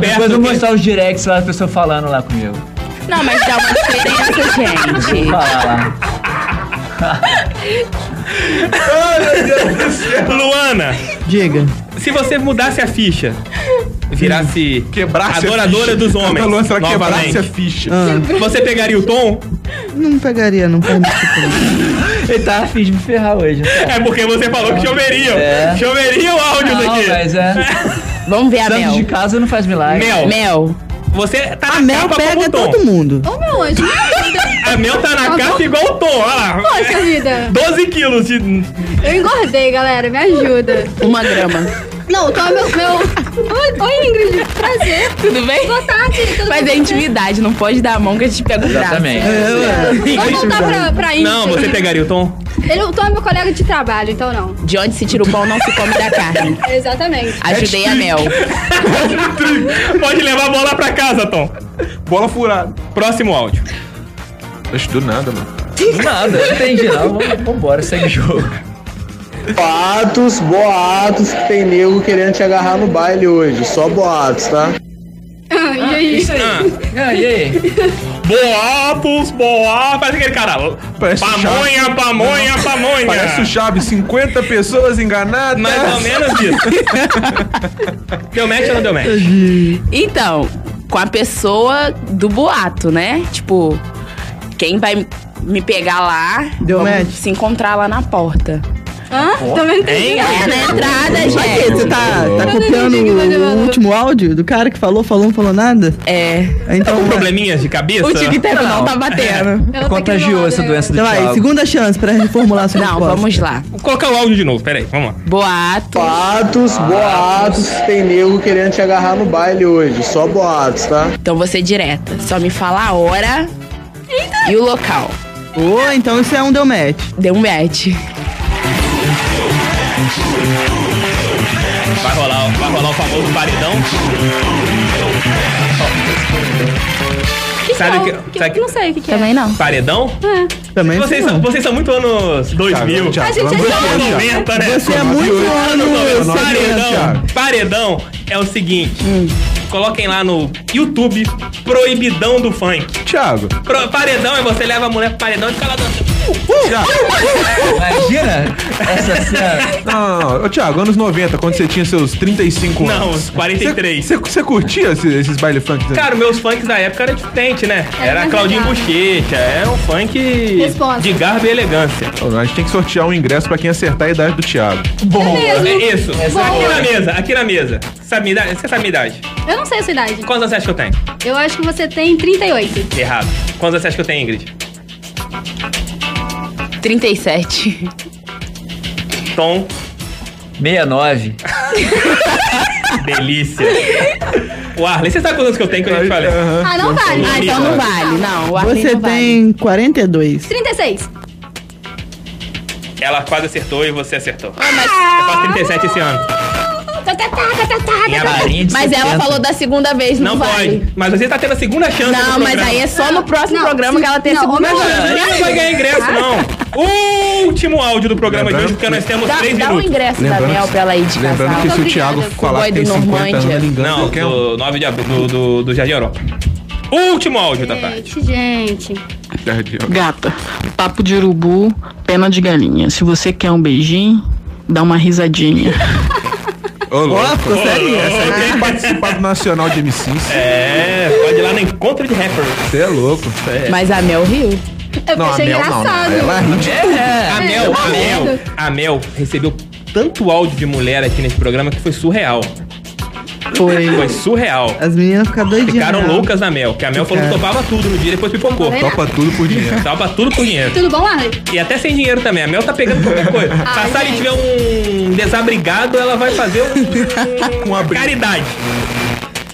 Speaker 6: depois eu vou mostrar os directs lá, as pessoas falando lá comigo.
Speaker 8: Não, mas dá uma diferença,
Speaker 6: Deixa eu
Speaker 8: gente.
Speaker 6: falar lá.
Speaker 1: Luana.
Speaker 4: Diga.
Speaker 1: Se você mudasse a ficha, virasse
Speaker 5: Quebrasse a
Speaker 1: adoradora
Speaker 5: ficha.
Speaker 1: dos homens.
Speaker 5: Luana, será que
Speaker 1: novamente,
Speaker 5: quebrasse a ficha?
Speaker 4: Ah.
Speaker 1: Você pegaria o Tom?
Speaker 4: Não pegaria, não faz muito
Speaker 6: Ele tava afim de me ferrar hoje.
Speaker 1: É porque você falou que choveria.
Speaker 6: É.
Speaker 1: Choveria o áudio
Speaker 6: Não,
Speaker 1: daqui.
Speaker 6: mas é.
Speaker 8: Vamos ver a
Speaker 6: Santo
Speaker 8: Tá Mel.
Speaker 6: de casa não faz milagre.
Speaker 1: Mel.
Speaker 8: Mel.
Speaker 1: Você tá
Speaker 4: A
Speaker 1: na
Speaker 4: Mel
Speaker 1: capa como
Speaker 4: pega
Speaker 1: o Tom.
Speaker 4: todo mundo.
Speaker 3: Ô, meu anjo.
Speaker 1: A Mel tá na
Speaker 3: Tá
Speaker 1: capa
Speaker 3: bom.
Speaker 1: igual o Tom, olha lá.
Speaker 3: Poxa vida.
Speaker 1: 12 quilos de.
Speaker 3: Eu engordei, galera. Me ajuda.
Speaker 8: Uma grama.
Speaker 3: Não, toma meu... meu... Oi, oi, Ingrid. Prazer.
Speaker 8: Tudo bem?
Speaker 3: Boa tarde. Tudo
Speaker 8: Mas
Speaker 3: bem
Speaker 8: é
Speaker 3: com você?
Speaker 8: intimidade, não pode dar a mão que a gente pega o braço.
Speaker 6: Exatamente.
Speaker 3: Vamos voltar pra, pra Ingrid.
Speaker 1: Não, você pegaria o Tom?
Speaker 3: Ele, o Tom é meu colega de trabalho, então não.
Speaker 8: De onde se tira o pão não se come da carne.
Speaker 3: Exatamente.
Speaker 8: Ajudei a Mel.
Speaker 1: Pode levar a bola pra casa, Tom.
Speaker 5: Bola furada.
Speaker 1: Próximo áudio.
Speaker 5: Oxe, do nada, mano.
Speaker 6: Nada, não entendi não. Vamos- Vambora, segue o jogo.
Speaker 15: Boatos, boatos, que tem nego querendo te agarrar no baile hoje. Só boatos, tá?
Speaker 3: Ah, <laughs> e aí?
Speaker 6: Isso aí. Ah, e aí?
Speaker 1: Boatos, boatos. Parece aquele cara.
Speaker 5: Parece o
Speaker 1: pamonha,
Speaker 5: Chaves.
Speaker 1: pamonha,
Speaker 5: Não.
Speaker 1: pamonha.
Speaker 5: Parece um o Chaves, 50 pessoas enganadas.
Speaker 1: Mais ou menos isso. <laughs> deu match ou não deu match?
Speaker 8: Então, com a pessoa do boato, né? Tipo, quem vai me pegar lá,
Speaker 4: Deu
Speaker 8: vamos
Speaker 4: match?
Speaker 8: se encontrar lá na porta.
Speaker 3: Hã? Também tem.
Speaker 8: É, na entrada,
Speaker 4: Ih, Você
Speaker 8: gente.
Speaker 4: tá,
Speaker 3: Eu
Speaker 4: tá
Speaker 3: não
Speaker 4: copiando
Speaker 3: entendi o que você
Speaker 4: o
Speaker 3: falou.
Speaker 4: último áudio do cara que falou, falou, não falou nada?
Speaker 8: É.
Speaker 4: Então,
Speaker 1: Com probleminhas um de cabeça?
Speaker 8: O tic-tac não tá batendo.
Speaker 3: Ela tá
Speaker 6: Contagiou essa doença do
Speaker 4: então vai,
Speaker 6: Thiago.
Speaker 4: segunda chance pra reformular a sua
Speaker 8: Não,
Speaker 4: resposta.
Speaker 8: vamos lá.
Speaker 1: Vou colocar é o áudio de novo, peraí, vamos lá.
Speaker 8: Boato.
Speaker 15: Boatos, boatos, que tem nego querendo te agarrar no baile hoje. Só boatos, tá?
Speaker 8: Então você direta. Só me fala a hora e o local.
Speaker 4: Ô, então isso é um deu match.
Speaker 8: Deu um match.
Speaker 1: Vai rolar, o- vai rolar o famoso paredão.
Speaker 3: Que
Speaker 1: Sabe
Speaker 3: tal?
Speaker 1: o que-
Speaker 3: Que-
Speaker 1: sabe-
Speaker 3: Não sei o que, que é.
Speaker 8: Também não.
Speaker 1: Paredão?
Speaker 3: É.
Speaker 4: Também
Speaker 1: Vocês
Speaker 4: sim,
Speaker 1: são, vocês são muito anos 2000.
Speaker 3: A gente é
Speaker 1: Anos
Speaker 3: jovem.
Speaker 1: 90, né?
Speaker 4: Você é muito ano.
Speaker 1: é Paredão,
Speaker 5: Thiago.
Speaker 1: paredão é o seguinte. Coloquem lá no YouTube Proibidão do Funk.
Speaker 5: Thiago,
Speaker 1: Pro- paredão é você leva a mulher pro paredão e fica lá dançando.
Speaker 6: Imagina essa cena.
Speaker 5: não, não, não. Ô, Thiago, anos 90, quando você tinha seus 35
Speaker 1: Não,
Speaker 5: anos.
Speaker 1: os 43.
Speaker 5: Você- Você curtia esses, esses baile funk? né?
Speaker 1: Cara, meus funks da época era diferente, né? Era
Speaker 3: mais
Speaker 1: Claudinho
Speaker 3: legal.
Speaker 1: Bochecha, é um funk
Speaker 3: Resposta.
Speaker 1: de garbo e elegância.
Speaker 5: a gente tem que sortear um ingresso pra quem acertar a idade do Thiago.
Speaker 1: Boa!
Speaker 3: mesmo.
Speaker 1: É isso.
Speaker 3: Boa.
Speaker 1: Aqui na mesa, aqui na mesa. Sabe minha idade? Você sabe minha idade?
Speaker 3: Eu não sei a sua idade.
Speaker 1: Quantos anos você acha que eu tenho?
Speaker 3: Eu acho que você tem 38.
Speaker 1: Errado. Quantos anos você acha que eu tenho, Ingrid?
Speaker 8: 37.
Speaker 1: Tom,
Speaker 6: 69.
Speaker 1: delícia. O Arley, você sabe quantos anos que eu tenho que eu já te falei?
Speaker 3: Ah, não vale.
Speaker 8: Ah, então não vale. Não, o Arley
Speaker 4: Você
Speaker 8: não vale.
Speaker 4: tem 42.
Speaker 3: 36.
Speaker 1: Ela quase acertou e você acertou. Eu faço 37 esse ano.
Speaker 8: Ah,
Speaker 3: Tá, tá, tá, tá, tá, tá.
Speaker 1: Minha
Speaker 6: Carinha de
Speaker 8: Mas ela
Speaker 6: 70.
Speaker 8: falou da segunda vez, não,
Speaker 1: Não
Speaker 8: vale.
Speaker 1: pode. Mas você tá tendo a segunda chance.
Speaker 8: Não,
Speaker 1: no
Speaker 8: mas
Speaker 1: programa.
Speaker 8: aí é só no próximo
Speaker 3: Não,
Speaker 8: programa
Speaker 3: se-
Speaker 8: que ela tem a
Speaker 3: não,
Speaker 8: segunda
Speaker 3: mas-
Speaker 8: chance. Ah.
Speaker 1: Ela não vai ganhar ingresso, não. Último áudio do programa de hoje, porque nós temos
Speaker 8: Dá,
Speaker 1: três
Speaker 8: dá um
Speaker 1: minutos.
Speaker 8: ingresso da Mel pra ela ir de
Speaker 5: lembrando que
Speaker 8: casal.
Speaker 5: se o
Speaker 3: Obrigada.
Speaker 5: Thiago falar
Speaker 8: Cowboy
Speaker 5: que tem
Speaker 8: do
Speaker 5: 50 anos,
Speaker 8: Normândia.
Speaker 5: ele engana
Speaker 1: Não,
Speaker 5: qualquer um.
Speaker 1: do 9 de abril, do, do, do Jardim Europa. Último
Speaker 8: É.
Speaker 1: áudio da tarde.
Speaker 3: Gente, gente.
Speaker 16: Gata, papo de urubu, pena de galinha. Se você quer um beijinho, dá uma
Speaker 1: <laughs>
Speaker 16: risadinha.
Speaker 5: Ô, louco.
Speaker 4: Nossa, sério?
Speaker 5: Essa aí
Speaker 8: Ah.
Speaker 5: tem que participar do Nacional de MCs.
Speaker 1: É, pode ir lá no encontro de rappers.
Speaker 5: Você é louco.
Speaker 8: Mas a Mel riu.
Speaker 13: Eu
Speaker 1: Não, a
Speaker 13: achei
Speaker 1: Mel não, não.
Speaker 13: engraçado.
Speaker 1: Ela é ridícula.
Speaker 8: Ah.
Speaker 13: É.
Speaker 1: A Mel, a
Speaker 13: É.
Speaker 1: Mel, a Mel recebeu tanto áudio de mulher aqui nesse programa que foi surreal. Foi. Foi surreal.
Speaker 4: As meninas ficam doidinhas.
Speaker 1: Ficaram
Speaker 4: né?
Speaker 1: loucas na Mel, que a Mel falou que
Speaker 4: Ficaram.
Speaker 1: topava tudo no dia e depois
Speaker 8: Tá
Speaker 1: pipocou.
Speaker 4: Não falei
Speaker 5: é
Speaker 4: Topa nada.
Speaker 1: tudo por dinheiro. Topa tudo por dinheiro.
Speaker 3: Tudo bom, Larry?
Speaker 1: E até sem dinheiro também. A Mel tá pegando qualquer coisa. Se a Sari tiver um desabrigado, ela vai fazer um, uma caridade.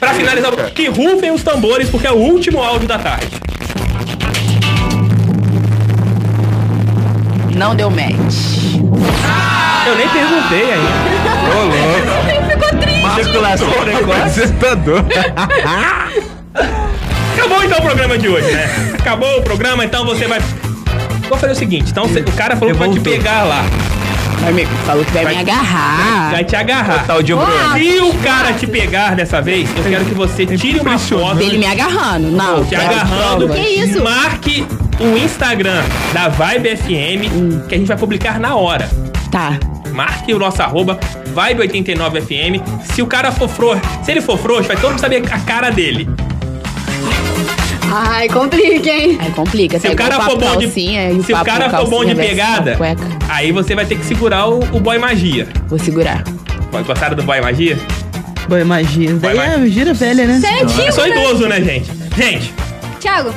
Speaker 1: Pra finalizar, que rufem os tambores, porque é o último áudio da tarde.
Speaker 8: Não deu match.
Speaker 1: Eu nem perguntei ainda.
Speaker 8: Ô, louco. Ficou triste.
Speaker 1: Circulação precoce. Acabou então o programa de hoje, né? Acabou o programa, então você vai. Vou fazer o seguinte, então cê- o cara falou que vai te pegar lá.
Speaker 8: falou que vai, me agarrar.
Speaker 1: Vai te agarrar.
Speaker 8: tal de um Ah. Bruno.
Speaker 1: Se o cara te pegar dessa vez, eu quero que você tire uma foto.
Speaker 8: Dele me agarrando. Não. tá
Speaker 1: Te agarrando.
Speaker 8: Que isso?
Speaker 1: Marque o Instagram da Vibe FM, que a gente vai publicar na hora.
Speaker 8: Tá.
Speaker 1: Marque o nosso arroba, Vibe89FM. Se o cara for frouxo, se ele for frouxo, vai todo mundo saber a cara dele.
Speaker 8: Ai, complica, hein? Ai, complica. um
Speaker 1: Se o cara for bom de,
Speaker 8: é,
Speaker 1: se o cara for bom
Speaker 8: né,
Speaker 1: de pegada, aí você vai ter que segurar o, o boy magia.
Speaker 8: Vou segurar.
Speaker 1: Gostaram do boy magia?
Speaker 4: Boa, imagina. Daí é gira velha, né?
Speaker 3: Você é antigo,
Speaker 1: Eu sou
Speaker 3: né?
Speaker 1: idoso, né, gente? Gente,
Speaker 3: Thiago,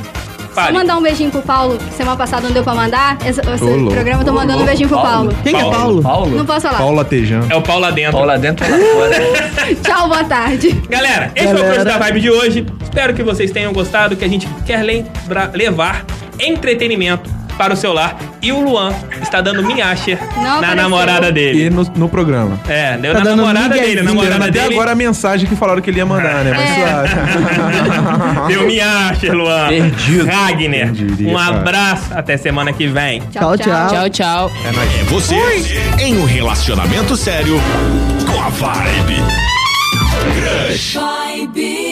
Speaker 3: só
Speaker 1: Fale.
Speaker 3: mandar um beijinho pro Paulo, que semana passada não deu pra mandar. Esse, esse
Speaker 5: Ô, louco.
Speaker 3: programa eu tô mandando um beijinho pro Paulo.
Speaker 4: é
Speaker 3: Não posso falar.
Speaker 5: Paulo Atejano.
Speaker 1: É o Paulo Adentro.
Speaker 6: Paulo Adentro é lá fora.
Speaker 3: Tchau, boa tarde.
Speaker 1: Galera, esse foi o Crush da Vibe de hoje. Espero que vocês tenham gostado, que a gente quer lembra- levar entretenimento para o seu lar. E o Luan está dando minhacha na
Speaker 3: apareceu.
Speaker 1: namorada dele.
Speaker 5: E no, no programa.
Speaker 1: É, deu
Speaker 5: Tá
Speaker 1: na namorada dele, a namorada
Speaker 5: Até
Speaker 1: dele.
Speaker 5: agora a mensagem que falaram que ele ia mandar, né? Mas ah.
Speaker 1: <laughs>
Speaker 5: suave.
Speaker 1: Deu minhacha, Luan.
Speaker 5: Perdido.
Speaker 1: Ragner.
Speaker 5: diria,
Speaker 1: um
Speaker 5: cara.
Speaker 1: abraço. Até semana que vem.
Speaker 5: Tchau, tchau.
Speaker 8: Tchau, tchau.
Speaker 2: É nóis. É você em um relacionamento sério com a Vibe. Crush.
Speaker 9: Vibe.